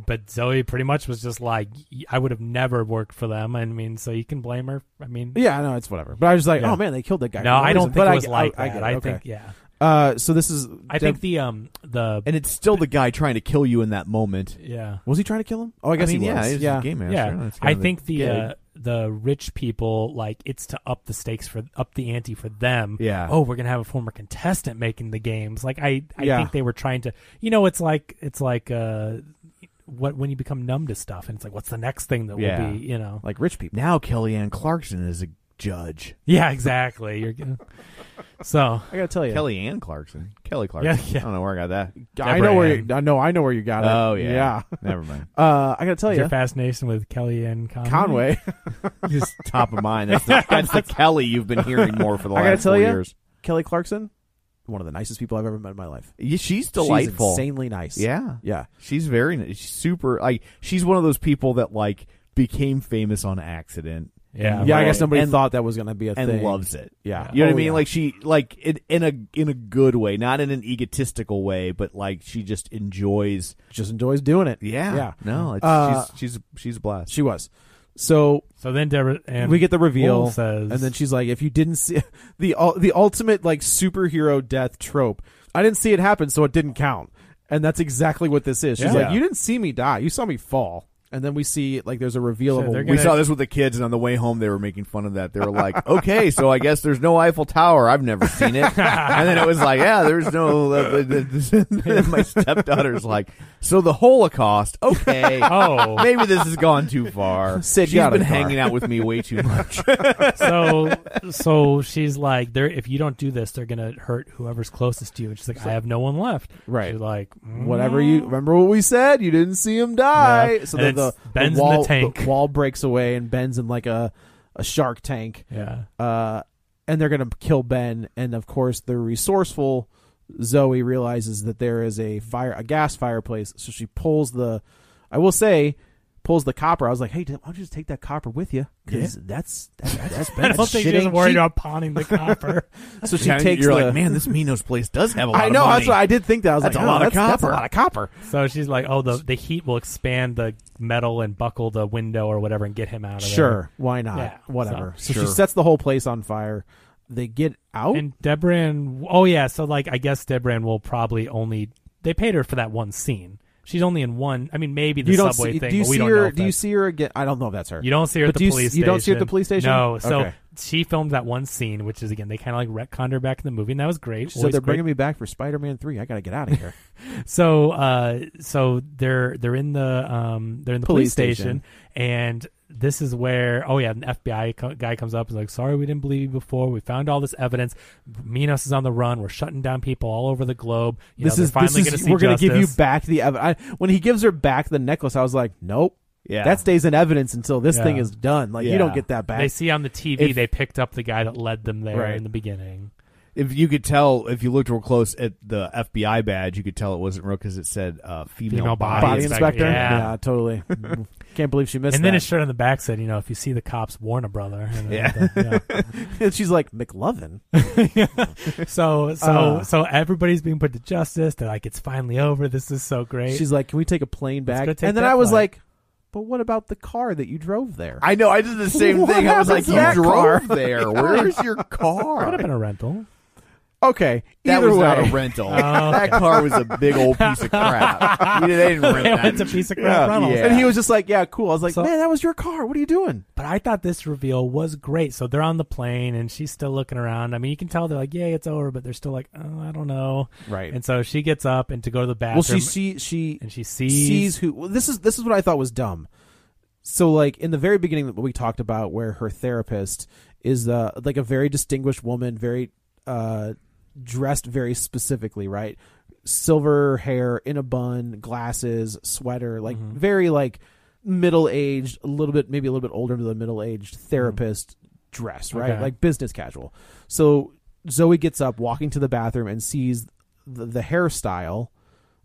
but Zoe pretty much was just like, I would have never worked for them. I mean, so you can blame her. I mean,
yeah, I know it's whatever. But I was just like,
Yeah.
oh man, they killed that guy.
no,
for no
I don't
reason.
think
But
it was
get-
like
I,
that.
get it.
I,
Okay.
think yeah,
Uh, so this is.
I think the um the
And it's still the guy trying to kill you in that moment.
yeah.
was he trying to kill him? Oh, I guess
mean,
he
yeah,
was.
he's a
yeah,
game master.
Yeah,
That's kind
I
of
think the
gig.
uh, the rich people like it's to up the stakes for up the ante for them.
Yeah.
Oh, we're gonna have a former contestant making the games. Like I, I
Yeah.
think they were trying to. You know, it's like it's like uh, what when you become numb to stuff, and it's like, what's the next thing that
Yeah.
will be? You know.
like rich people.
now Kellyanne Clarkson is a Judge.
Yeah, exactly. You're gonna- so
I gotta tell you,
Kelly Ann Clarkson. Kelly Clarkson.
yeah.
I don't know where I got that.
I know where
Deborah
you, I know I know where you got it.
Oh yeah.
yeah.
Never <laughs> mind.
Uh, I gotta tell
is
you,
your fascination with Kellyanne Conway.
Conway.
Just top of mind. That's the, that's the Kelly you've been hearing more for the
<laughs> I
last
gotta tell
four
you,
years.
<laughs> Kelly Clarkson, one of the nicest people I've ever met in my life.
Yeah, she's
She's
delightful.
insanely nice.
Yeah.
yeah.
She's very she's super like she's one of those people that like became famous on accident
Yeah,
Yeah, I
Right.
guess nobody
And-
thought that was gonna be a
and
thing.
loves it.
Yeah,
You know what
Oh,
I mean?
yeah.
Like she like in, in a in a good way, not in an egotistical way, but like she just enjoys
just enjoys doing it.
Yeah.
yeah.
No, it's,
Uh,
she's she's she's a blast.
She was. So
So then Deborah and
we get the reveal,
Bull says,
and then she's like, "If you didn't see <laughs> the ul- the ultimate like superhero death trope, I didn't see it happen, so it didn't count." And that's exactly what this is. She's
Yeah.
like, "You didn't see me die. You saw me fall." And then we see like there's a reveal
So
of a
they're
we
gonna-
saw this with the kids, and on the way home, they were making fun of
<laughs>
that. They were like, "Okay, so I guess there's no Eiffel Tower. I've never
<laughs>
seen it." and then it was like, "Yeah, there's no." Uh, the- the- the- <laughs> my stepdaughter's like, "So the Holocaust?
<laughs>
Okay,
Oh.
maybe this has gone too far."
Sid
She's
got a
been
car.
hanging out with me way too much.
so so she's like, "There, if you don't do this, they're gonna hurt whoever's closest to you." And she's like, "I have no one left."
Right.
She's like, mm,
whatever you remember what we said you didn't see him die
Yeah.
so
And
then the,
it's Ben's
the
in the
wall
tank.
wall breaks away and ben's in like a a shark tank <laughs>
Yeah.
uh and they're gonna kill ben and of course the resourceful zoe realizes that there is a fire a gas fireplace so she pulls the i will say pulls the copper i was like hey why don't you just take that copper with you because that's that,
<laughs>
that's
I
ben's
don't think
shitting.
she's worried
She-
about pawning
<laughs>
the copper.
so <laughs> she takes
You're
the,
like, "Man, this Minos place does have a lot
i
of
know
money."
that's what i did think that i was
That's
like
a
oh,
lot of
that's- that's a
copper.
lot of copper
so she's like, "Oh, the the heat will expand the metal and buckle the window or whatever and get him out of
Sure, why not?
Yeah,
Whatever. So,
so-
she
Sure.
sets the whole place on fire. They get out.
there." And Deborah and oh yeah, so like I guess Deborah and will probably only they paid her for that one scene. She's only in one. I mean, maybe the
you don't
subway
see.
thing.
do you
but we
see
don't know
her?
if
Do you
that's-
see her again? I don't know if that's her.
You don't see her at
But
the
do you s-
police station.
you don't see her at the police station?
No. So
Okay.
she filmed that one scene, which is again they kind of like retconned her back in the movie, and that was great.
She
Always
said they're
great.
bringing me back for Spider-Man Three. I gotta get out of <laughs> here.
So uh, so they're they're in the um they're in the police,
Police station.
station, and this is where oh yeah an FBI co- guy comes up and is like sorry we didn't believe you before we found all this evidence Minos is on the run we're shutting down people all over the globe you
this
know,
is
they're finally
this
gonna
is.
see
We're gonna give you
justice."
back the. ev- I, when he gives her back the necklace, I was like, nope.
Yeah.
That stays in evidence until this
Yeah.
thing is done. Like you don't
Yeah.
get that back.
they see on the TV
If-
they picked up the guy that led them there
Right.
in the beginning
if you could tell if you looked real close at the FBI badge, you could tell it wasn't real because it said uh, female,
Female
body,
Body
inspector.
inspector.
Yeah.
totally. Can't believe she missed.
and then
that.
his shirt on the back said you know if you see the cops warn a brother And then-
Yeah.
yeah.
<laughs> <laughs> And she's like McLovin.
So so
Uh.
so everybody's being put to justice. They're like, it's finally over. This is so great.
She's like, "Can we take a plane back?"
go take
and then
that
I was
flight.
like, "But what about the car that you drove there?"
I know. I did the same
<laughs> What
thing. I was like,
happens
you
to that
drove
car?" <laughs>
there. Where's your
could
car?
have been a rental.
okay,
That
either
was
way,
not a rental.
Oh,
That car was a big old piece
<laughs>
of crap. You- they didn't rent that.
it's a piece of crap rental.
<laughs> yeah.
and he was just like, "Yeah, cool." I was like,
So-
"Man, that was your car. What are you doing?"
But I thought this reveal was great. So they're on the plane and she's still looking around. I mean, you can tell they're like, "Yay, it's over," but they're still like, "Oh, I don't know."
Right.
And so she gets up and to go to the bathroom.
well, she she she
and she sees.
sees who. Well, this is this is what I thought was dumb. So, like in the very beginning, that we talked about where her therapist is uh, like a very distinguished woman, very uh, dressed very specifically, right? Silver hair in a bun, glasses, sweater, like
Mm-hmm.
very like middle aged, a little bit maybe a little bit older than the middle aged therapist dress, right?
Mm-hmm. Okay.
Like business casual. So Zoe gets up, walking to the bathroom, and sees the, the hairstyle,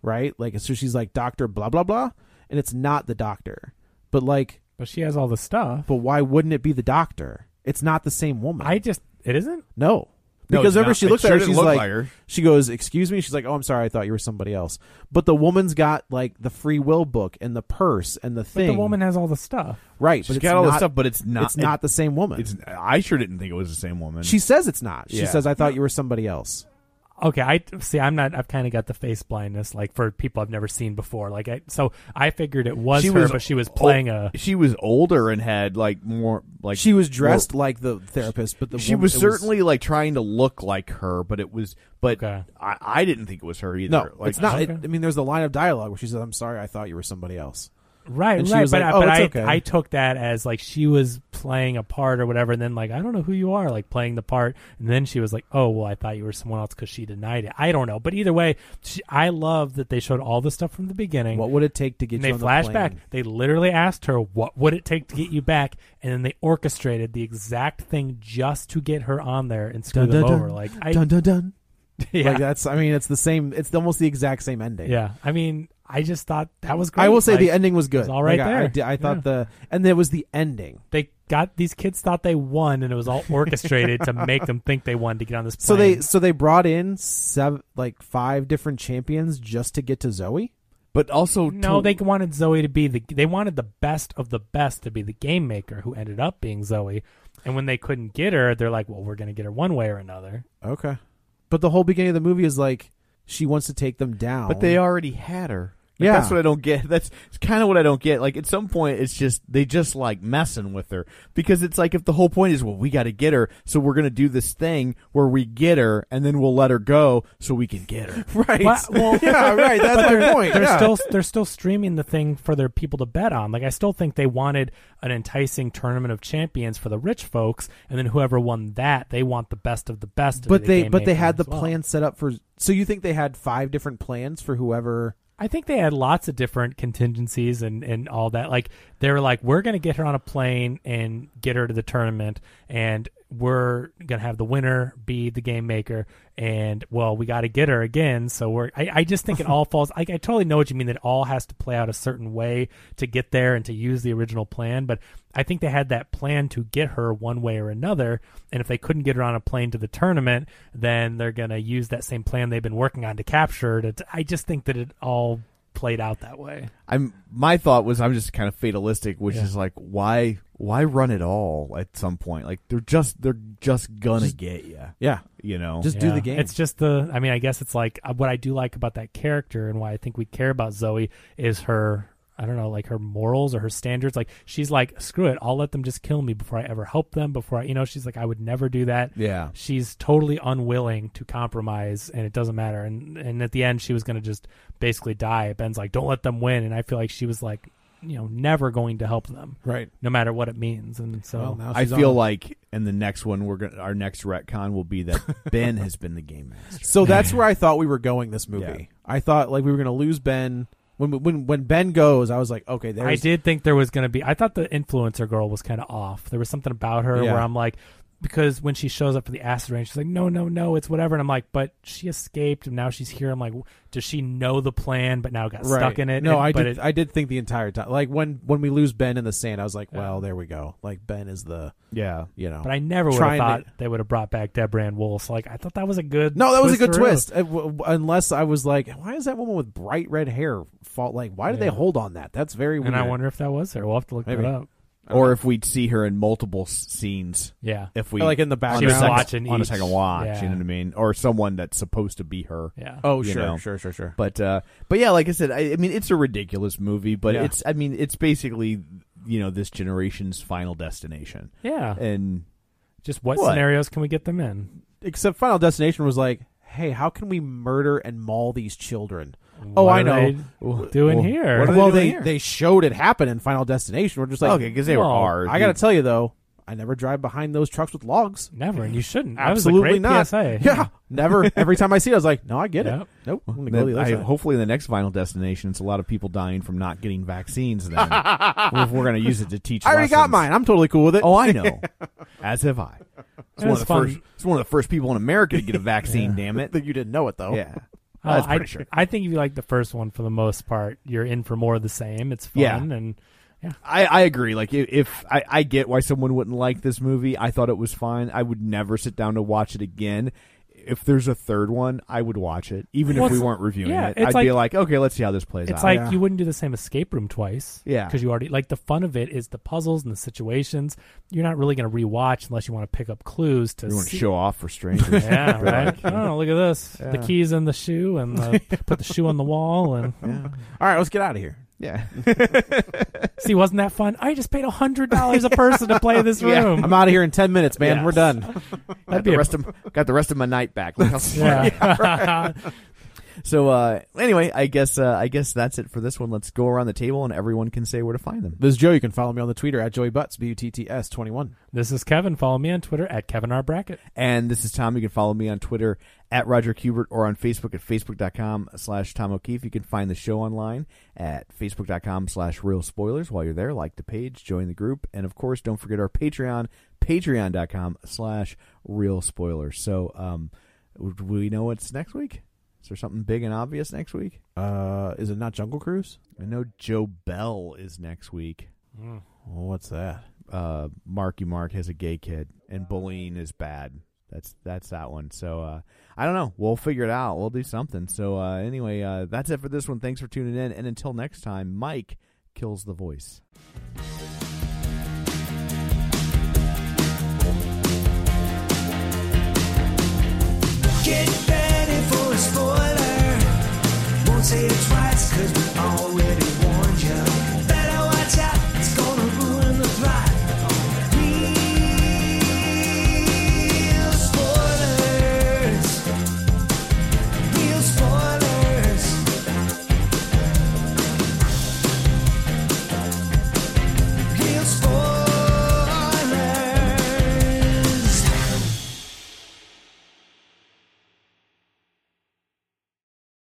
right? Like so, she's like Doctor blah blah blah, and it's not the doctor, but like,
but she has all the stuff.
but why wouldn't it be the doctor? It's not the same woman.
I just it isn't.
No.
No,
Because
it's
whenever
not.
she
It
looks
sure
at her,
didn't
she's
look
like,
like her.
she goes, "Excuse me." She's like, "Oh, I'm sorry. I thought you were somebody else." But the woman's got like the free will book and the purse and the
But
thing.
the woman has all the stuff.
right?
She's
but
got
it's
all
not,
this stuff, but it's not.
it's not the same woman.
It's. I sure didn't think it was the same woman.
she says it's not. She
Yeah.
says, "I thought you were somebody else."
Okay, I see. I'm not. I've kind of got the face blindness, like for people I've never seen before. Like I, so I figured it was her, but she was playing a.
She was older and had like more like
she was dressed
more-
like the therapist, but the
she
woman-
was
it
certainly like trying to look like her, but it was. But
Okay.
I, I didn't think it was her either.
no,
like,
it's not.
Okay.
it- I mean, there's the line of dialogue where she says, "I'm sorry, I thought you were somebody else."
Right,
And she
right.
was
but
like,
I,
"Oh,
but
it's
I,
okay."
I took that as like she was playing a part or whatever, and then like I don't know who you are, like playing the part, and then she was like, oh well, I thought you were someone else because she denied it. I don't know, but either way, she, I love that they showed all the stuff from the beginning.
What would it take to get
and
you
they
on
flash
the
back.
plane?
They literally asked her, "What would it take to get you back?" And then they orchestrated the exact thing just to get her on there and screw
Dun, dun,
them
dun.
over. Like, I,
dun dun dun.
<laughs> yeah,
Like that's. I mean, it's the same. It's almost the exact same ending.
yeah. I mean, I just thought that was great.
I will say
Like,
the ending was good.
it's all right
Like, I- I,
there.
di- I thought
Yeah.
the and it was the ending.
they got these kids thought they won and it was all orchestrated to make them think they won to get on this
<laughs>
plane.
So they so they brought in seven like five different champions just to get to Zoe.
But also,
no,
to-
they wanted Zoe to be the they wanted the best of the best to be the game maker who ended up being Zoe. And when they couldn't get her, they're like, "Well, we're going to get her one way or another."
Okay, but the whole beginning of the movie is like she wants to take them down.
But they already had her. Like,
Yeah.
that's what I don't get. <laughs> That's kind of what I don't get. Like at some point, it's just they just like messing with her because it's like if the whole point is well, we got to get her, so we're gonna do this thing where we get her and then we'll let her go so we can
<laughs>
get her.
right.
Well, well-
yeah, right. That's
But
my
they're,
point.
They're
yeah.
still they're still streaming the thing for their people to bet on. Like I still think they wanted an enticing tournament of champions for the rich folks, and then whoever won that, they want the best of the best. To
but
be the
they
game
but they
maker
had the
as well.
plan set up for. So you think they had five different plans for whoever?
I think they had lots of different contingencies and, and all that. Like they were like, we're gonna get her on a plane and get her to the tournament, and we're gonna have the winner be the game maker. And well, we got to get her again. So we're. I, I just think
<laughs>
it all falls. I, I totally know what you mean. That it all has to play out a certain way to get there and to use the original plan. But I think they had that plan to get her one way or another. And if they couldn't get her on a plane to the tournament, then they're going to use that same plan they've been working on to capture. her To, I just think that it all played out that way.
I'm my thought was I'm just kind of fatalistic, which is like why why run it all at some point? Like they're just they're just gonna get you.
Yeah,
You know,
just do the game.
It's just the, I mean, I guess it's like uh, what I do like about that character and why I think we care about Zoe is her. I don't know, like her morals or her standards. Like she's like, screw it, I'll let them just kill me before I ever help them. Before I, you know, she's like, I would never do that.
yeah.
she's totally unwilling to compromise and it doesn't matter and and at the end she was going to just basically die ben's like don't let them win and i feel like she was like you know never going to help them
right.
no matter what it means and so
Well, now
I
she's
feel
on.
like in the next one we're gonna our next retcon will be
<laughs>
that Ben has been the game master.
So that's where I thought we were going this movie.
Yeah.
I thought like we were going to lose Ben when when when Ben goes. I was like, okay, there's
i did think there was going to be i thought the influencer girl was kind of off there was something about her
Yeah.
where i'm like because when she shows up for the acid rain, she's like, "No, no, no, it's whatever," and I'm like, "But she escaped, and now she's here." I'm like, w- "Does she know the plan, but now got
right.
stuck in it?"
No,
And-
I
but
did.
it-
I did think the entire time, like when when we lose Ben in the sand, I was like,
Yeah.
well, there we go. Like Ben is the
Yeah.
you know.
But I never would have
trying
thought
to-
they would have brought back Deborah Ann Wolf. Like I thought that was a good.
no, that was a good
to her.
twist. Uh, w- w- unless I was like, why is that woman with bright red hair fault? Like, why did they
Yeah.
hold on that? That's very weird.
And I wonder if that was her. We'll have to look
Maybe.
that up.
Or if we'd see her in multiple s- scenes.
Yeah.
If we
like in the
on
She
a
was
second,
background.
watching
on a
each-
second watch. You
yeah.
know what I mean? Or someone that's supposed to be her.
Yeah.
Oh,
you
sure,
know.
sure, sure, sure.
But uh, but yeah, like I said, I, I mean it's a ridiculous movie, but
Yeah.
it's I mean it's basically you know this generation's final destination,
Yeah.
and
Just what,
What?
scenarios can we get them in?
Except Final Destination was like, hey, how can we murder and maul these children?
What
Oh, I
are
know.
they doing
Well,
here.
what are they
well,
doing
they
here?
they showed it happen in Final Destination. We're just like,
okay, because they
well,
were hard.
I got to tell you though, I never drive behind those trucks with logs.
Never, and you shouldn't.
Absolutely
that
not.
was a great PSA.
Yeah, never. Every time I see it, I was like, no, I get it.
Yep.
Nope. I'm gonna go the
Then
other
I-
side.
hopefully, in the next final destination, it's a lot of people dying from not getting vaccines. Then <laughs> if we're going to use it to teach,
I already got
lessons.
mine. I'm totally cool with it.
Oh, I know. <laughs> As have I. It's one, of
was
the
fun.
first, it's one of the first people in America to get a vaccine. Damn it!
you didn't know it though.
Yeah,
Oh,
I was
I,
pretty sure.
I think if you like the first one for the most part, you're in for more of the same. It's fun
Yeah.
and
I, I agree. Like if, if I, I get why someone wouldn't like this movie, I thought it was fine. I would never sit down to watch it again. If there's a third one, I would watch it, even
Well,
if we
it's-
weren't reviewing
yeah,
it.
it's
I'd be like, okay, let's see how this plays
It's
out.
like
Yeah.
you wouldn't do the same escape room twice.
Oh, Yeah.
Because you already like the fun of it is the puzzles and the situations. You're not really going to rewatch unless you want to pick up clues to
you want to
see-
show off for strangers?
<laughs>
<laughs>
Yeah, right.
Like,
oh, look at this. The keys in the shoe and
<laughs>
the, put the shoe on the wall and
All right, let's get out of here.
yeah,
see wasn't that fun? I just paid a hundred dollars a person to play this
<laughs> Yeah,
room.
I'm out of here in ten minutes, man.
Yeah.
We're
<laughs>
done.
got
be
the
a-
rest of got the rest of my night back. Look how smart.
Yeah.
So uh, anyway, I guess uh, I guess that's it for this one. Let's go around the table and everyone can say where to find them.
This is Joe. You can follow me on the Twitter at Joey Butts, B U T T S 21.
<laughs> This is Kevin. Follow me on Twitter at Kevin R. Brackett.
And this is Tom. You can follow me on Twitter at Roger Kubert or on Facebook at facebook.com slash Tom O'Keefe. You can find the show online at facebook.com slash real spoilers. While you're there, like the page, join the group, and of course, don't forget our Patreon, patreon.com slash real spoilers. So um, do we know what's next week? Is there something big and obvious next week?
Uh, is it not Jungle Cruise?
I know Joe Bell is next week.
What's that?
uh, Marky Mark has a gay kid, and bullying is bad. That's that's that one. So uh, I don't know. We'll figure it out. We'll do something. So uh, anyway, uh, that's it for this one. Thanks for tuning in, and until next time, Mike kills the voice.
Get ready for a spoiler. Won't say it twice, cause we already